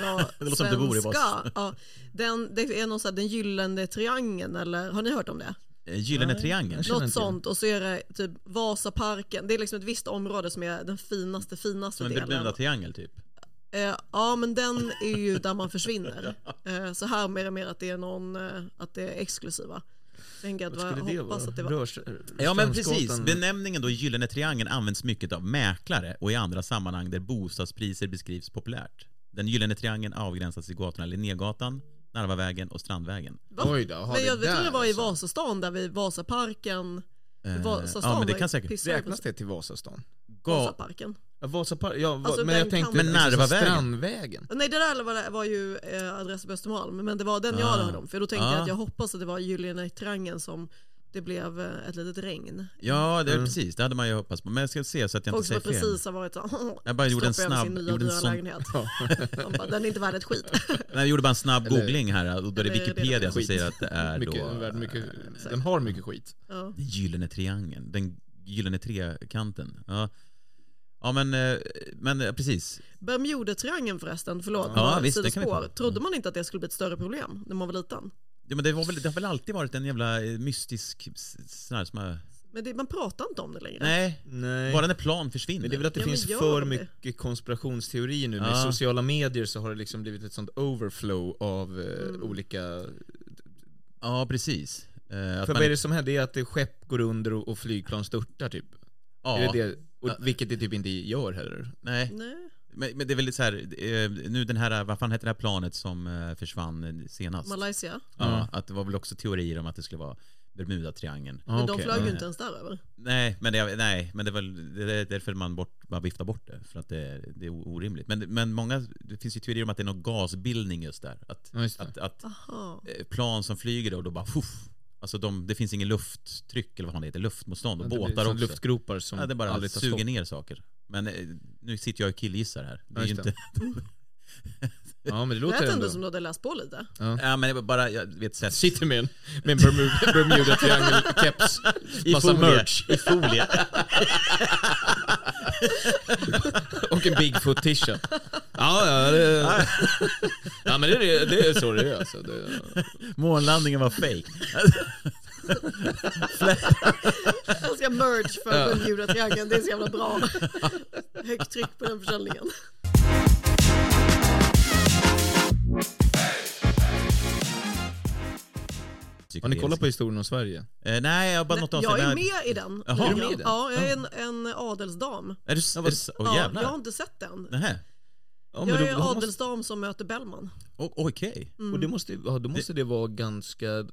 bra Det låter som du bor i svenska. Vasastan. Ja, den, det är någon sån här, den gyllene triangeln eller har ni hört om det? Eh, Gyllene triangeln. känner Något inte sånt och så är det typ Vasaparken, det är liksom ett visst område som är den finaste finaste Som en delen. Bermuda-triangel typ. Eh, ja men den är ju där man försvinner. Eh, så här mer och mer att det är någon, eh, att det är exklusiva. Tänk att, jag hoppas att det var Rörs- Ja Strömsgatan. men precis, benämningen då Gyllene Triangeln används mycket av mäklare och i andra sammanhang där bostadspriser beskrivs populärt. Den Gyllene Triangeln avgränsas i gatorna Linnégatan, Narvavägen och Strandvägen. Va? Oj då, har Men vi jag tror där det var i alltså. Vasastan där vid Vasaparken. Eh, Vasastan ja men det var ju kan säkert... pissar Räknas på- det till Vasastan? Ga- Vasaparken. Ja, Vasapark, ja, va- Alltså, men den jag tänkte... kan- Men Narvavägen? Strandvägen? Eh, Nej det där var, var ju eh, adress på Östermalm men det var den jag hade hört om för då tänkte Ah. jag att jag hoppas att det var Gyllene Triangeln som det blev eh, ett litet regn. Ja, det är precis, det hade man ju hoppats på. Men jag ska se så att jag Folk inte som säger har fel. precis har varit så Jag bara gjorde en stoppar över snabb- sin nya, gjorde en dyra sån- lägenhet. De bara, den är inte värd ett skit. Nej, Jag gjorde bara en snabb googling här och då är Eller det är det Wikipedia det som skit? säger att det är då... Mycket, den, värd mycket, den har mycket skit. ja. Den gyllene triangeln, den gyllene trekanten. Ja, ja men, eh, men eh, precis. Bermudetriangeln förresten, förlåt, Ja, bara visst, det kan vi Mm. sidospår. ta. Trodde man inte att det skulle bli ett större problem när man var liten? Ja, men det, var väl, det har väl alltid varit en jävla eh, mystisk s- sån här som har... Men det, man pratar inte om det längre. Nej, Nej. bara när plan försvinner. Men det är väl att det Ja, men finns gör för det. mycket konspirationsteori nu. Med Ja. sociala medier så har det liksom blivit ett sånt overflow av eh, Mm. olika... Ja, precis. Eh, För att man- vad är det som händer? Det är att det skepp går under och, och flygplan störtar typ. ja, Är det det? Och, vilket det typ inte gör heller. Nej, Nej. men, men det är väl lite så här, eh, nu den här, vad fan hette det här planet som eh, försvann eh, senast? Malaysia. Ja, Mm. att det var väl också teorier om att det skulle vara Bermuda-triangeln. Men de okej. flög ju Mm. inte ens där över. Nej, men det, nej, men det är väl det är därför man, bort, man viftar bort det, för att det, det är o- orimligt. Men, men många, det finns ju teorier om att det är någon gasbildning just där. Att, Ja, just det. att, att Aha. eh, plan som flyger då, då bara fuff. Alltså de, det finns ingen lufttryck eller vad fan det heter, luftmotstånd och Det blir båtar som också. Luftgropar som ja, det bara aldrig tar suger stopp. ner saker. Men eh, nu sitter jag och killgissar här. Det är Ja, ju just det. inte... Ja, men det Det låter lät ändå. ändå som du hade läst på lite. ja, men det var bara, jag vet sätt. Sitter med en, med en Bermuda, Bermuda triangel-keps. Massa merch. I folie. Och en Bigfoot-t-shirt. Ja, ja, det, ja, men det, är- det är så det är alltså. Det, Månlandningen var fake. Alltså, Jag ska merge för Bermuda triangeln, det är så jävla bra. Högt tryck på den försäljningen. har ni kollat på historien om Sverige? Eh, nej, jag bara något Nej, avsnitt. jag är där- med i den. Jaha. Lite Är du med i den? grann. Ja, jag är en, en adelsdam. Är du, är du, Mm. åh, Ja, jävlar. jag har inte sett den. Nähä. Ja, Jag Mm. då- då är måste- adelsdam som möter Bellman. O- Okej. Och det måste, ja, då måste Mm. det vara ganska... Eh,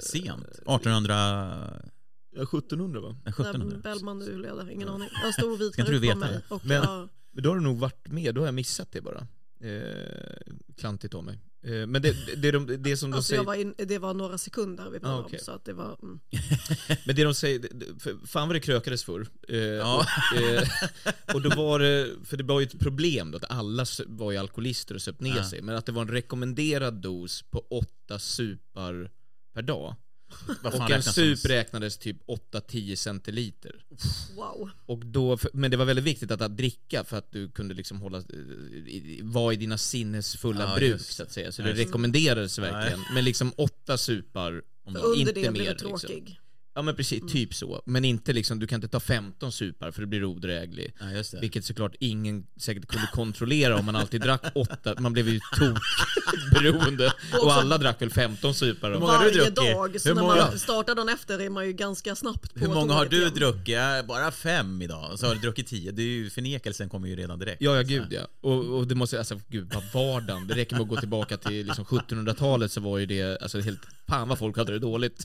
Sent. 1800... ja, 1700 va? nej, När 1700. Bellman nu leder, ingen aning. Jag har en stor vit Ska inte du peruk på veta mig. det? Och Men- jag, Men då har du nog varit med, då har jag missat det bara. Eh, klantigt av mig. Eh, Men det, det, det, de, det som de Alltså säger... jag var in, det var några sekunder vi pratade Ah, okej. om så att det var... Mm. Men det de säger, det- det- för fan vad det krökades förr. Eh, och, eh, och då var det, för det var ju ett problem då, att alla sö- var ju alkoholister och söp ner Ja. sig, men att det var en rekommenderad dos på åtta supar per dag. Vad fan Och en räknas som- sup räknades typ 8-10 centiliter. Wow. Och då, för- men det var väldigt viktigt att, att dricka för att du kunde liksom hålla, eh, i- i- vara i dina sinnes fulla Ja, bruk just det. så att säga. Så Ja, det just det. rekommenderades verkligen. Men liksom åtta supar, Om dagen. Under inte det Mm. blir mer. det Liksom. tråkig. Ja men precis, typ så. Men inte liksom, du kan inte ta 15 supar för det blir odräglig. Ja, just det. Vilket såklart ingen säkert kunde kontrollera om man alltid drack åtta, man blev ju tokberoende. också- Och alla drack väl 15 supar. då. många har du Varje druckit? dag. Så Hur när många- man startar dagen efter är man ju ganska snabbt på Hur många har tåget du igen. druckit? Ja, Bara fem idag. Och Så har du druckit tio. Det är ju, förnekelsen kommer ju redan direkt. Ja, ja gud ja. Och, och det måste, alltså gud vad vardagen, det räcker med att gå tillbaka till liksom 1700-talet så var ju det, alltså helt, fan vad folk hade det dåligt.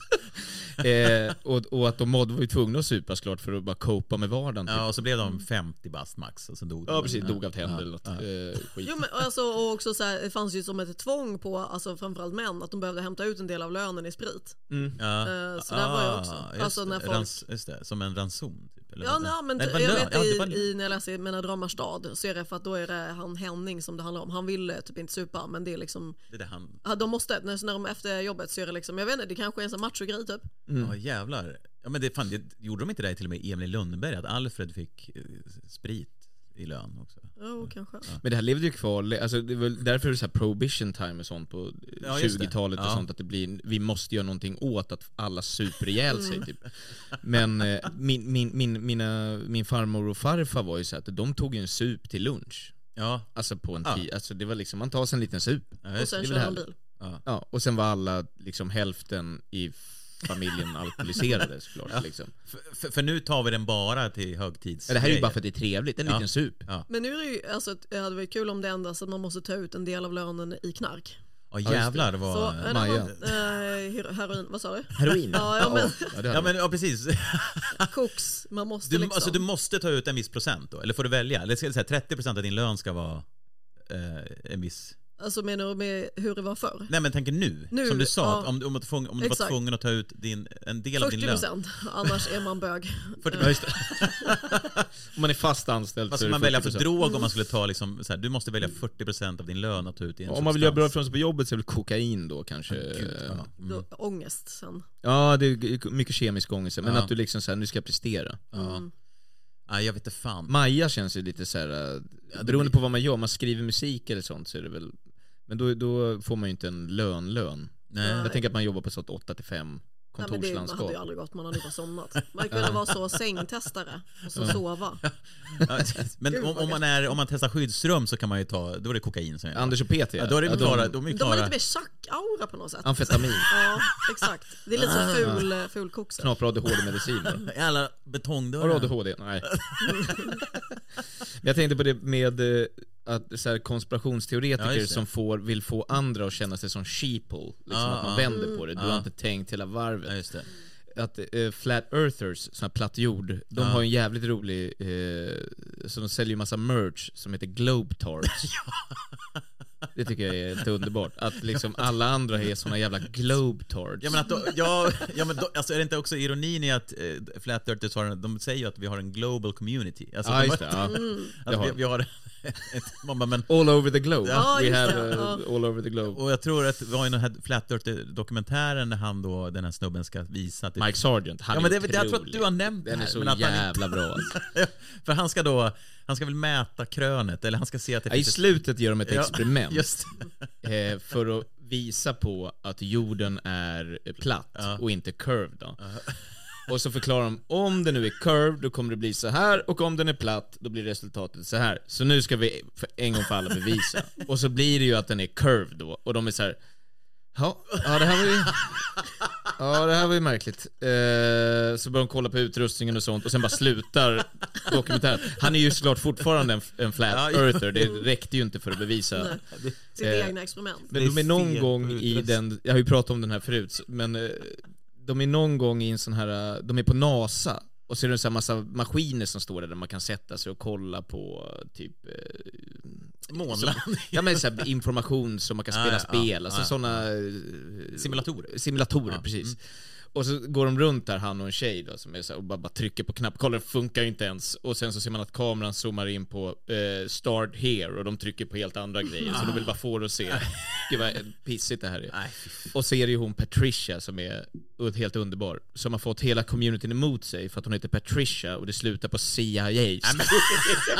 eh, och, och att de mådde, var ju tvungna att supa såklart för att bara copa med vardagen. Typ. Ja, Ja, och så blev de 50 bast max och sen dog de. precis, dog av tänder Ja, eller något ja. eh, skit. Jo, men alltså, och också så här, det fanns ju som ett tvång på alltså, framförallt män att de behövde hämta ut en del av lönen i sprit. Ja. Ah, Eh, så där var jag också. just Alltså, det. när folk- Rans, just det, som en ranson typ? Eller Ja, vad? nej, men Nej, det var jag lön. vet Ja, det i, var lön. i, när jag läser Mina drömmars stad så är det för att då är det han Henning som det handlar om. Han vill eh, typ inte supa men det är liksom Det är det han... ja, de måste, när, så när de är efter jobbet så är det liksom, jag vet inte, det kanske är en sån machogrej typ. Ja, Mm. jävlar. Ja, men det, fan, det, gjorde de inte det till och med i Emil i Lönneberg? Att Alfred fick eh, sprit i lön också? Jo, kanske. Men det här levde ju kvar, alltså det är väl därför är det så här prohibition time och sånt på Ja, just det. 20-talet och Ja. sånt att det blir, vi måste göra någonting åt att alla super ihjäl Mm. sig typ. Men eh, min, min, min, mina, min farmor och farfar var ju så här att de tog ju en sup till lunch. Ja, Alltså på en Ja. tid, alltså det var liksom, man tar sig en liten sup. ja Och just det. sen det är väl kör de härligt. bil. Ja, och sen var alla, liksom hälften i familjen alkoholiserade såklart. Liksom. För, för, för nu tar vi den bara till högtids... Ja, Det här är ju bara för att det är trevligt, en Ja. liten sup. Ja. Men nu är det ju, alltså, det hade varit kul om det ändras att man måste ta ut en del av lönen i knark. Ja, jävlar vad... Så, eh, Maja. eh, hero- heroin, vad sa du? Heroin? Ja, ja, men- ja, det hade Ja, men ja, precis. Koks, man måste Du, liksom. alltså, du måste ta ut en viss procent då? Eller får du välja? Eller ska jag säga 30% av din lön ska vara eh, en viss... Alltså menar du med hur det var förr? Nej men tänker nu, Nu, som du sa, ja. att om, du- om, du, tvång, om du var Exakt. tvungen att ta ut din, en del av din 40 lön. procent, annars är man bög. Eh, 40 Ja, just det. Om man är fast anställd Vad så är skulle det Alltså, man välja för 40%. drog om man skulle ta liksom, så här, du måste välja 40% av din lön att ta ut i en Om man vill göra substans? bra Eh. ifrån sig på jobbet så är väl kokain då kanske? Gud, ja. Då, ångest sen. Ja, det är mycket kemisk ångest, men Ja. att du liksom såhär, nu ska jag prestera. Nej, jag vet inte fan. Maja känns ju lite såhär, beroende på vad man gör, om man skriver musik eller sånt så är det väl, men då, då får man ju inte en lön-lön. Nej. Jag tänker att man jobbar på sånt 8-5 Nej, men det man hade kontorslandskap. ju aldrig gått, man hade ju bara somnat. Man kunde vara så sängtestare och så sova. Ja, men om, om, man är, om man testar skyddsrum så kan man ju ta, då är det kokain som gäller. Anders och Peter ja, då är det Ja, ju de- klara, de är ju De har klara. lite mer tjack-aura på något sätt. Amfetamin, Ja, exakt. Det är lite så ful, eh, ful koks. knapra ADHD-medicin. va? Alla Har du betongdörrar. ADHD? Nej. Men jag tänkte på det med eh, att så här, konspirationsteoretiker Ja, just det. som får, vill få andra att känna sig som sheeple, liksom Ah, att man ah. vänder på det. Du har inte tänkt hela varvet. Ja, just det. Att eh, flat earthers, såna här platt jord, de har ju en jävligt rolig, eh, så de säljer ju massa merch som heter globetards. Det tycker jag är inte underbart. Att liksom alla andra är såna jävla globetards. Ja men, att då, ja, ja, men då, alltså, är det inte också ironin i att eh, Flat Earthers har en, de säger ju att vi har en global community. Alltså, Ja, de, just det. Ja. Att har Alltså, vi, de. vi har ett, man bara, men, All over the globe. Ja, We just have det, eh, ja. all over the globe. Och jag tror att det var i den här Flat Earth-dokumentären när han då, den här snubben ska visa typ, Mike Sargent, han Ja men det, är det- jag tror att otrolig. du har nämnt det Den här, är så men att han jävla inte- bra alltså. För han ska då, han ska väl mäta krönet, eller han ska se att det Ja, I ett- slutet gör de ett Ja, experiment Just eh, för att visa på att jorden är eh, platt och inte curved. Då. Och så förklarar de, om den nu är curved då kommer det bli så här och om den är platt då blir resultatet så här. Så nu ska vi för en gång för alla bevisa. Och så blir det ju att den är curved då och de är så här, ja, ja det här var ju... Ja, det här var ju märkligt. Eh, så börjar de kolla på utrustningen och sånt och sen bara slutar dokumentären. Han är ju såklart fortfarande en, en Ja, flat ja. earter, det räckte ju inte för att bevisa. Sitt egna experiment. Men Alltså, de Det är är någon fel gång på i utrustning. den, jag har ju pratat om den här förut, men eh, de är någon gång i en sån här, eh, de är på NASA och så är det en sån här massa maskiner som står där, där man kan sätta sig och kolla på eh, typ eh, Månlandning. Ja men så här, information som man kan spela Ja, Ah, ja, ja. spel, alltså eh, Ja, Ah. ja. sådana... Simulatorer. Simulatorer, Ja, precis. Och så går de runt där, han och en tjej då, som är så här, och bara, bara trycker på knapp. Kolla, det funkar ju inte ens. Och sen så ser man att kameran zoomar in på eh, start here och de trycker på helt andra grejer. Så de vill bara få det att se. Gud vad pissigt det här är. Nej, Och så är det ju hon Patricia som är helt underbar, som har fått hela communityn emot sig för att hon heter Patricia och det slutar på CIA.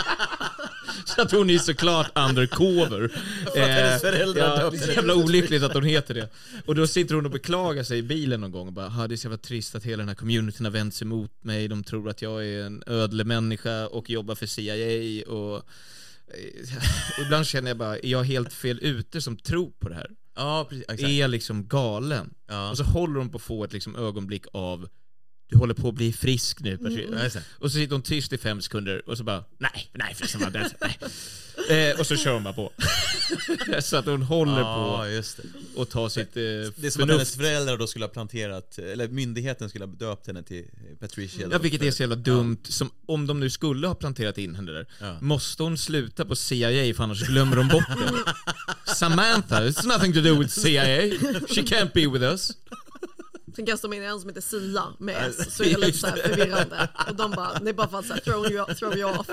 så att hon är såklart undercover. Eh, För att hennes föräldrar ja, döpte det är så henne. jävla olyckligt att hon heter det. Och då sitter hon och beklagar sig i bilen någon gång och bara "Ah, det är så jävla trist att hela den här communityn har vänt sig emot mig, de tror att jag är en ödlemänniska och jobbar för CIA och eh, Ibland känner jag bara, är jag helt fel ute som tror på det här? Ja, precis. Exakt. är liksom galen. Ja. Och så håller hon på att få ett liksom ögonblick av du håller på att bli frisk nu Patricia. Ja, just det. Och så sitter hon tyst i fem sekunder och så bara nej, nej förresten. Bara, det- nej. Eh, och så kör hon bara på. så att hon håller Ja, på just det. och tar sitt eh, Det är som att hennes förnuft. föräldrar då skulle ha planterat, eller myndigheten skulle ha döpt henne till Patricia. Ja, vilket är så jävla dumt. Som, om de nu skulle ha planterat in henne där, Ja. måste hon sluta på CIA för annars glömmer de bort det. Samantha, it's nothing to do with CIA. She can't be with us. Sen kastar de in en som heter Sia med S, så är det lite så här förvirrande. Och de bara, det är bara för att så här, throw, you, throw you off.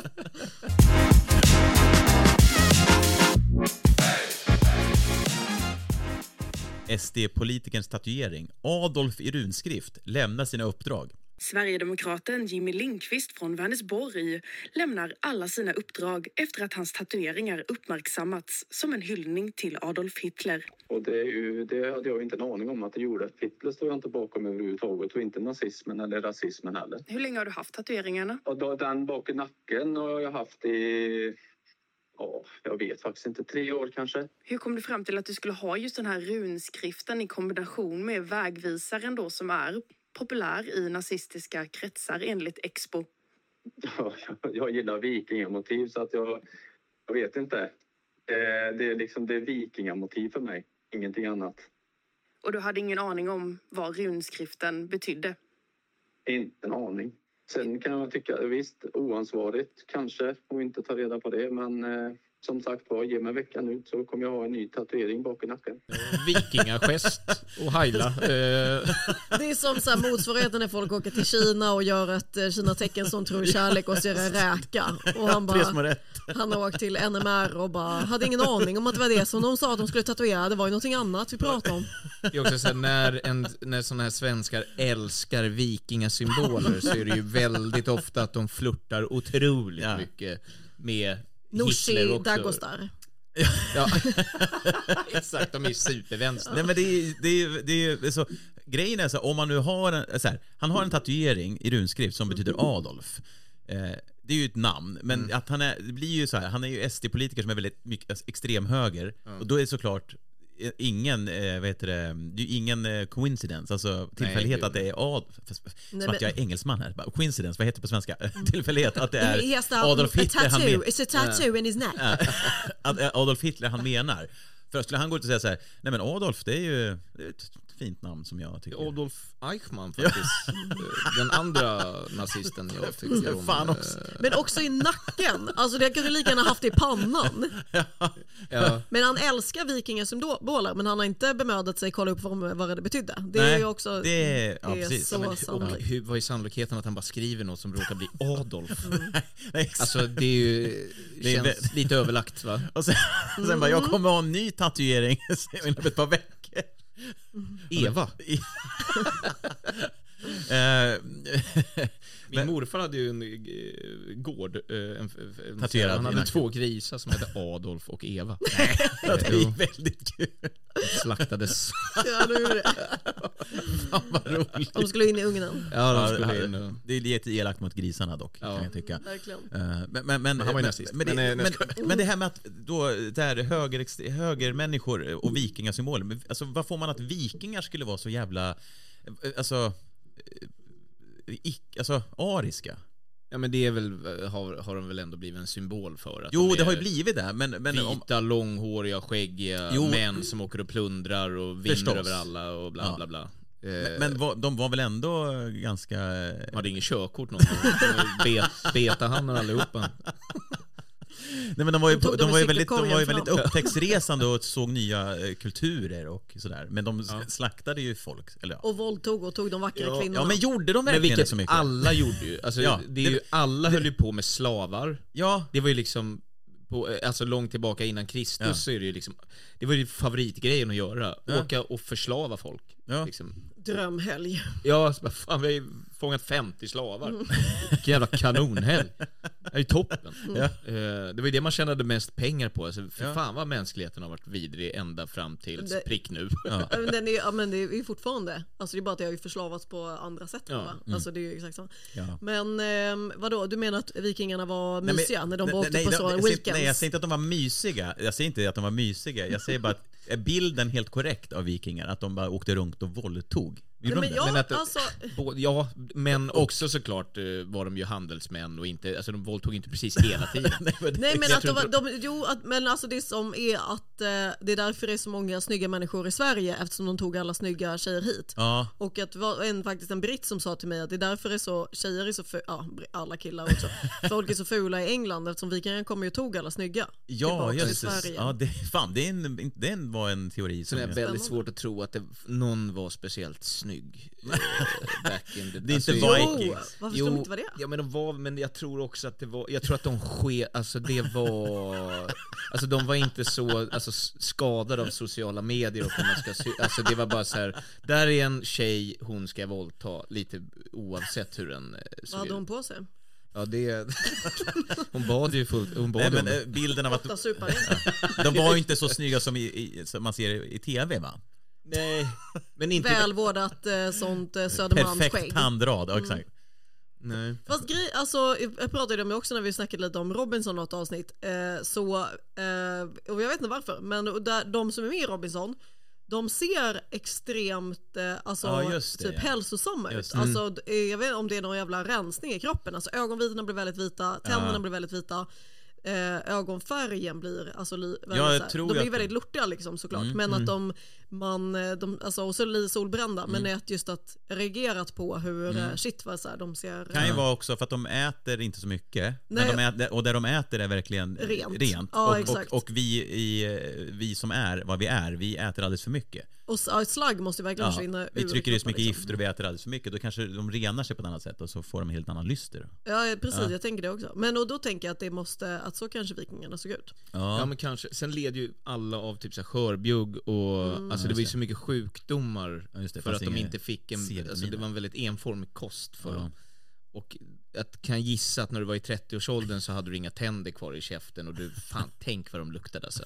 SD-politikerns tatuering. Adolf i runskrift lämnar sina uppdrag. Sverigedemokraten Jimmy Lindqvist från Vänersborg lämnar alla sina uppdrag efter att hans tatueringar uppmärksammats som en hyllning till Adolf Hitler. Och det, är ju, det hade jag ju inte en aning om att det gjorde. Hitler står jag inte bakom överhuvudtaget och inte nazismen eller rasismen heller. Hur länge har du haft tatueringarna? Och då, den bak i nacken har jag haft i, ja, jag vet faktiskt inte, tre år kanske. Hur kom du fram till att du skulle ha just den här runskriften i kombination med vägvisaren då som är populär i nazistiska kretsar enligt Expo? Ja, jag, jag gillar vikingamotiv så att jag, jag vet inte. Eh, Det är liksom det är vikingamotiv för mig, ingenting annat. Och du hade ingen aning om vad runskriften betydde? Inte en aning. Sen kan jag tycka, visst, oansvarigt kanske och inte ta reda på det, men eh, som sagt var, ge mig veckan ut så kommer jag ha en ny tatuering bak i nacken. vikingagest Eh, och heila. Eh, Det är som så här motsvarigheten när folk åker till Kina och gör ett eh, Kina-tecken som tror kärlek och så gör en räka. Och han Tre små bara, rätt. han har åkt till NMR och bara, hade ingen aning om att det var det som de sa att de skulle tatuera, det var ju någonting annat vi pratade om. det är också så här, när, en, när såna här svenskar älskar vikingasymboler så är det ju väldigt ofta att de flörtar otroligt Ja. mycket med Hitler Nooshi också. Dagostar. Ja. Exakt, de är ju supervänster. Nej men det är, det är, det är så, grejen är så här, om man nu har en, så här, han har en tatuering i runskrift som betyder Adolf. Eh, det är ju ett namn, men att han är, det blir ju så här, han är ju SD-politiker som är väldigt mycket alltså, extremhöger och då är det såklart eh, ingen, eh, vad heter det, det är ju ingen eh, coincidence, alltså tillfällighet gud. att det är Adolf. Fast, som men- att jag är engelsman här. Bara, coincidence, vad heter det på svenska? tillfällighet att det He är has a, Adolf a Hitler han tattoo, med. it's a tattoo in his neck. att Adolf Hitler han menar. För skulle han gå ut och säga så här, nej men Adolf det är ju det är ett fint namn som jag tycker. Adolf Eichmann faktiskt. Eh, Den andra nazisten jag tycker om. Fan eh, också. Men också i nacken, alltså det kan du lika gärna haft i pannan. Ja. Men han älskar vikingasymboler men han har inte bemödat sig kolla upp vad, vad det betydde. Det är Nej, ju också... det är- ja, det är precis. så Ja, men- Och sannolikt. hur, vad är sannolikheten att han bara skriver något som råkar bli Adolf? Nej, exakt. Alltså det är ju... Det är känns vä- lite överlagt va? och sen, sen bara, jag kommer ha en ny tatuering inom ett par veckor. Eva. Eh, Min morfar hade ju en eh, gård. eh, En, en, Tatuerad han i hade nacken. två grisar som hette Adolf och Eva. det är ju väldigt kul. Slaktades. Ja, det är det. Fan vad roligt. De skulle in i ugnen. Ja, de Ja, skulle in. det- och- Det är lite elakt mot grisarna dock, kan jag tycka. Verkligen. Eh, Men, men, men, han var ju men, nazist. men, det- Men, eh, men, nej, men, det här med att då, där höger, högermänniskor och vikingasymboler, men alltså, vad får man att vikingar skulle vara så jävla, eh, alltså, eh, ick, alltså ariska? Ja men det är väl, har, har de väl ändå blivit en symbol för? Att Jo, de det har ju är blivit det, men, men om, Vita, långhåriga, skäggiga Jo. män som åker och plundrar och vinner Förstås. över alla och bla Ja. bla bla. Eh, men vad- de var väl ändå ganska... de hade inget körkort någon gång. Betahannar allihopa. Nej, men de var ju, Då tog de de var ju en väldigt, de var ju cykelkorgen väldigt fram. upptäcktsresande och såg nya eh, kulturer och sådär. Men de slaktade ju folk. Eller, ja. Och våldtog och tog de vackra Ja. kvinnorna. Ja, men gjorde de verkligen vilket så mycket? alla gjorde ju. Alltså, Ja, det är ju det- alla höll ju på med slavar. Ja. Det var ju liksom, på, eh, alltså långt tillbaka innan Kristus Ja. så är det ju liksom, det var ju favoritgrejen att göra. Ja. Åka och förslava folk. Liksom. Drömhelg. Ja, så bara, fan vi har ju fångat 50 slavar. Mm. Vilken jävla kanonhelg. Det är ju toppen. Ja. Eh, Det var ju det man tjänade mest pengar på. Alltså, för Ja. fan vad mänskligheten har varit vidrig ända fram till Det- prick nu. Ja. Ja, men Den är, ja, men det är ju fortfarande, alltså det är bara att det har ju förslavats på andra sätt. Ja. va? Alltså det är ju exakt samma. mm. Ja. Men ehm, vadå, du menar att vikingarna var Nej, men- mysiga när de bara åkte nej, på nej, sådana jag säger inte- weekends? Nej, jag säger inte att de var mysiga. Jag säger inte att de var mysiga. Jag säger bara att är bilden helt korrekt av vikingar? Att de bara åkte runt och våldtog? Gjorde Nej, de men det? jag, Men att- alltså, Både, ja, men också såklart eh, var de ju handelsmän och inte, alltså de våldtog inte precis hela tiden. nej men Jag att de, tror var- inte- de, jo, att, men alltså det som är att eh, det är därför det är så många snygga människor i Sverige eftersom de tog alla snygga tjejer hit. Ja. Och att det var en, faktiskt en britt som sa till mig att det är därför det är så, tjejer är så fula, ja, alla killar också, folk är så fula i England eftersom vikingarna kom ju och tog alla snygga. Ja, tillbaka till jösses. Sverige. Ja, det, fan, det, är en, det var en teori Sen som... är det jag- väldigt svårt att tro att det, någon var speciellt snygg eh, back in the Det är inte Vikings. varför tror de inte var det? Ja men de var, men jag tror också att det var, jag tror att de ske, alltså det var, alltså de var inte så, alltså s- skadade av sociala medier och hur man ska se, alltså det var bara så här. där är en tjej, hon ska jag våldta, lite oavsett hur den eh, Vad såg hade hon ut. på sig? Ja det, hon bad ju fullt, hon bad Nej, men om det. eh, bilden av att... Åtta supare. De var ju inte så snygga som, i, i, som man ser i TV va? Nej, men inte... Välvårdat eh, sånt eh, Södermalmsskägg. Perfekt tandrad, ja exakt. Nej. Fast grej, alltså, jag pratade om det också när vi snackade lite om Robinson något avsnitt. Eh, så, eh, och jag vet inte varför, men och där, de som är med i Robinson, de ser extremt eh, alltså, Ja, just det, typ ja. hälsosamma Just ut. det. Mm. Alltså, d- eh, jag vet inte om det är någon jävla rensning i kroppen. Alltså, ögonvitorna blir väldigt vita, tänderna Ja. blir väldigt vita. Eh, ögonfärgen blir alltså, li, väldigt, jag så här- tror de är att Mm, ju de- väldigt lortiga liksom, såklart. men att de, man, eh, de, alltså, och så lite solbrända. Mm. Men att just att reagerat på hur eh, shit vad så här, de ser. eh, Kan ju vara också för att de äter inte så mycket. Nej. Men de äter, och där de äter är verkligen Rent. rent. Ja, och, exakt. Och, och vi, i, eh, vi som är vad vi är, vi äter alldeles för mycket. Och s- ja, slagg måste ju verkligen Ja, försvinna vi ur trycker i så kroppen, mycket liksom. gifter och vi äter alldeles för mycket. Då kanske de renar sig på ett annat sätt och så får de en helt annan lyster. Ja precis, Ja. jag tänker det också. Men och då tänker jag att det måste, att så kanske vikingarna såg ut. Ja. Ja men kanske, sen led ju alla av typ så här skörbjugg och alltså det var ju så mycket sjukdomar Ja, just det. för Fanns att de ingen inte fick en, C-vitamin. alltså det var en väldigt enformig kost för Ja. dem. Och att kan gissa att när du var i 30-årsåldern så hade du inga tänder kvar i käften och du, fan tänk vad de luktade alltså.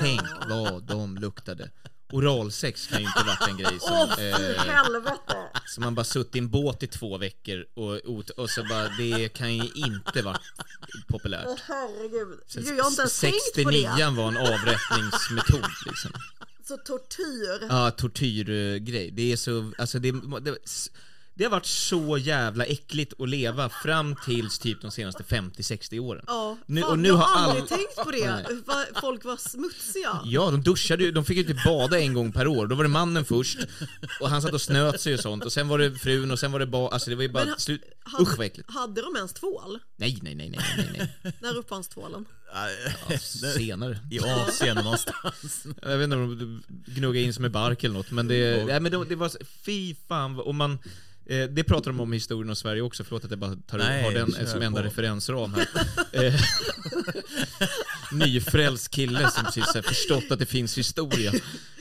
Tänk vad de luktade. Oralsex kan ju inte varit en grej som... eh, helvete! så man bara suttit i en båt i två veckor och, och, och så bara, det kan ju inte varit populärt. herregud. Sen 69 var en avrättningsmetod liksom. Så tortyr. Ja, tortyrgrej. Det är så, alltså det, det, det har varit så jävla äckligt att leva fram tills typ de senaste 50-60 åren. Ja, Nu- fan, och nu jag har har all- aldrig tänkt på det. Nej. Va- Folk var smutsiga. Ja, de duschade ju, de fick ju inte bada en gång per år. Då var det mannen först, och han satt och snöt sig och sånt, och sen var det frun och sen var det ba... Alltså det var ju bara Men ha- slut... hade- Usch vad äckligt. Hade de ens tvål? Nej, nej, nej, nej, nej, nej. När uppfanns tvålen? Ja, senare. I Asien någonstans. Jag vet inte om de gnuggade in som en bark eller något, men det, Mm. Och- nej, men det, det var så- fy fan vad- och man eh, det pratar de om i historien om Sverige också, förlåt att jag bara tar Nej, har den kör som enda på. referensram här. Eh, Nyfrälst kille som precis har förstått att det finns historia.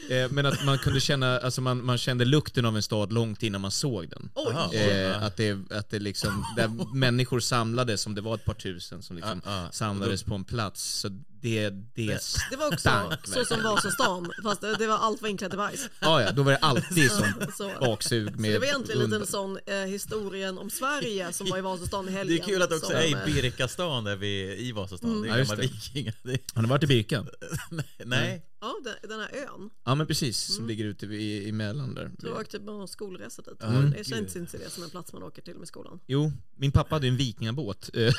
Eh, Men att man kunde känna, alltså man, man kände lukten av en stad långt innan man såg den. Oj. Aha. Eh, att, det, att det liksom, där människor samlades, som det var ett par tusen som liksom Ja, ja. samlades på en plats. Så det, det Ah, Det var också stank så som Vasastan, fast det det var allt var inklätt i bajs. Ja, ja, då var det alltid som Så. baksug Så med det var egentligen lite en hundar. sån eh, historien om Sverige som var i Vasastan i Det helgen. är kul att också som, är i eh, Birkastan där vi, i Vasastan. Det Mm. är Ja, ja, just gammal det. vikingar. Det- Har ni varit i Birka? Nej. Ja, den, den här ön. Ja men precis, som ligger ute i, i Mälaren där. Mm. Så jag åkte typ på skolresa dit. Mm. Det känns inte det som en plats man åker till med skolan. Jo, min pappa hade en vikingabåt. eh,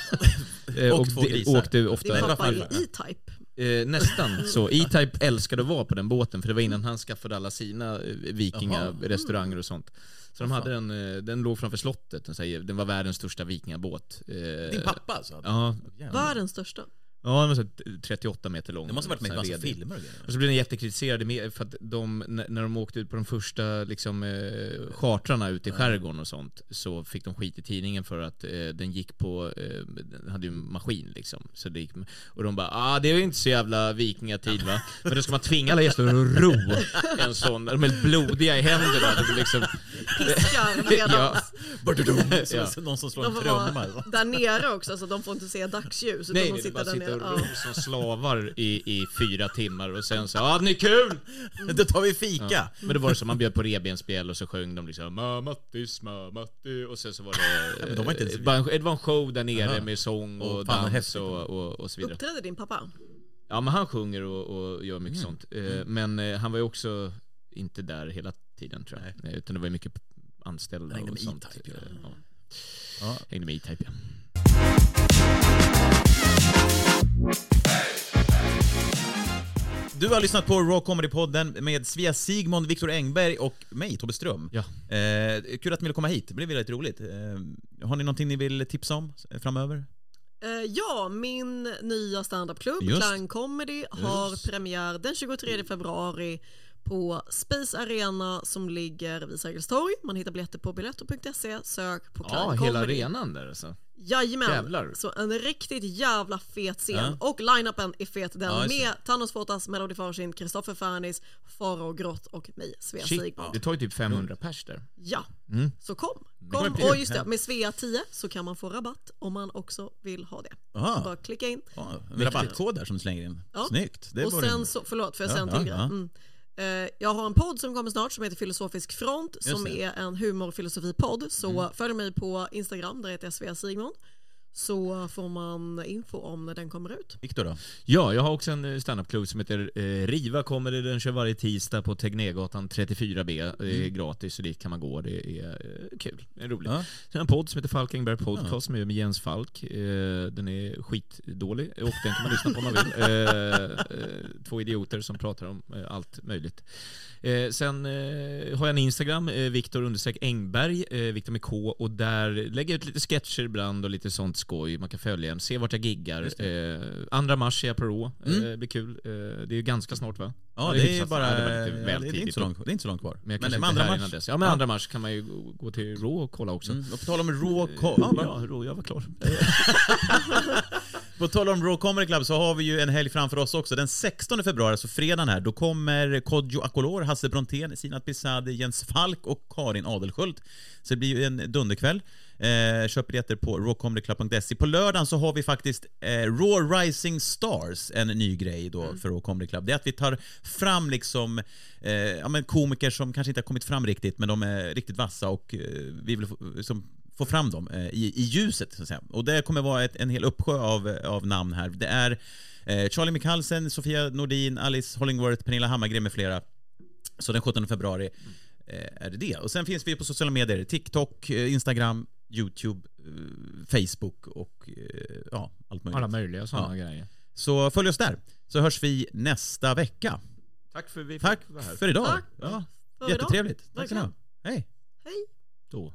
eh, Och två det- grisar. åkte Din ofta, Men vad pappa Mm. är fan- ju E-Type. eh, nästan så. E-Type älskade att vara på den båten för det var innan han skaffade alla sina eh, Mm. vikingarestauranger och sånt. Så de hade den, eh, den låg framför slottet, den, säger, den var världens största vikingabåt. Eh, Din pappa alltså? Ja, Jävlar. Världens största. Ja, den var så här 38 meter lång. Det måste varit med Så här massa redig. filmer och grejer. Och så blev den jättekritiserad i med- för att de, n- när de åkte ut på de första liksom, eh, chartrarna ute i skärgården och sånt så fick de skit i tidningen för att eh, den gick på, eh, den hade ju en maskin liksom. Så det gick, och de bara ah det är ju inte så jävla vikingatid va. Men då ska man tvinga alla gäster att ro en sån, de är helt blodiga i händerna. De liksom, Piskar medan- Badudum, som- som någon som slår De får en trumma. vara där nere också, så de får inte se dagsljus. utan Nej, nej, de det är sitter bara där sitta och nere. ro som slavar i, i fyra timmar och sen så ja, ni kul! Då tar vi fika! Mm. Ja. Men det var det som man bjöd på revbensspjäll och så sjöng de liksom Mammattis, mammatti och sen så var det... men de var inte ens- det, var en, det var en show där nere Aha. med sång och, Åh, fan, vad dans häftigt. och, och, och så Ja. vidare. Uppträder din pappa? Ja men han sjunger och, och gör mycket Mm. sånt. Eh, Men eh, han var ju också inte där hela tiden tror jag. Eh, Utan det var ju mycket anställda Hängde och med sånt. E-Type, Eh, ja. Ja. Hängde med E-Type ja. Du har lyssnat på Raw Comedy-podden med Svea Sigmund, Viktor Engberg och mig, Tobbe Ström. Ja. Eh, kul att ni ville komma hit, det blev väldigt roligt. Eh, har ni någonting ni vill tipsa om framöver? Eh, Ja, min nya standupklubb Just. Klang Comedy har Just. premiär den 23 februari på Space Arena som ligger vid Sergels torg. Man hittar biljetter på biletto.se. Sök på Klang Ja, Comedy. hela arenan där alltså. Jajamän. Jävlar. Så en riktigt jävla fet scen. Ja. Och line-upen är fet den Ja, just det. med Thanos Fotas, Melody Farsin, Kristoffer Fernis, Farao Grott och mig, Svea Shit, Sigmund. det tar ju typ 500 pers där. Ja, Mm. så kom. Det kommer kom. bli Och just det, hem. med Svea 10 så kan man få rabatt om man också vill ha det. Aha. Så bara klicka in. Ja, en rabattkod där som du slänger in. Ja. Snyggt! Det och var det- sen så, förlåt, får jag Ja, säga en ja, till grej? ja. Mm. Eh, Jag har en podd som kommer snart som heter Filosofisk front Just som det. är en humorfilosofipodd. Så Mm. följ mig på Instagram, där heter jag Svea Sigmund. Så får man info om när den kommer ut. Viktor då? Ja, jag har också en eh, standupklubb som heter eh, Riva Comedy. Den kör varje tisdag på Tegnérgatan 34B. Det är Mm. eh, gratis och dit kan man gå. Det är eh, kul. Det är roligt. Ja. Sen har jag en podd som heter Falkenberg Podcast Ja. som jag gör med Jens Falk. Eh, den är skitdålig och den kan man lyssna på om man vill. Eh, eh, två idioter som pratar om eh, allt möjligt. Eh, sen eh, har jag en Instagram, eh, Viktor understreck Engberg, eh, Viktor med K, och där lägger jag ut lite sketcher ibland och lite sånt skoj. Man kan följa en, se vart jag giggar. Just Eh, andra mars är jag på Raw, eh, det blir kul. Eh, det är ju ganska snart va? Eh, Ja, det är ju hyfsat. bara... Ja, det var lite ja, väl det, är inte tidigt. så långt, det är inte så långt kvar. Men jag kanske inte är här innan dess. Ja men andra mars kan man ju gå- gå till Raw och kolla också. Mm. Och på tal om Raw Co- Eh, Ja, ja, bra. Raw, jag var klar. På tal om Raw Comedy Club så har vi ju en helg framför oss också. Den 16 februari, alltså fredagen här, då kommer Kodjo Akolor, Hasse Brontén, Sinat Pisadi, Jens Falk och Karin Adelsköld. Så det blir ju en dunderkväll. Eh, köp biljetter på rawcomedyclub.se. På lördagen så har vi faktiskt eh, Raw Rising Stars, en ny grej då för Raw Comedy Club. Det är att vi tar fram liksom eh, ja, men komiker som kanske inte har kommit fram riktigt, men de är riktigt vassa och eh, vi vill få, som få fram dem eh, i, i ljuset. Så att säga. Och det kommer vara ett, en hel uppsjö av, eh, av namn här. Det är eh, Charlie Michalsen, Sofia Nordin, Alice Hollingworth, Pernilla Hammargren med flera. Så den 17 februari eh, är det det. Och sen finns vi på sociala medier. TikTok, eh, Instagram, YouTube, eh, Facebook och eh, ja, allt möjligt. Alla möjliga sådana grejer. Så följ oss där, så hörs vi nästa vecka. Tack för vi fick Tack vara här. för idag. Tack. Ja, För idag. jättetrevligt. Tack ska ni ha. Hej. Hej. Då.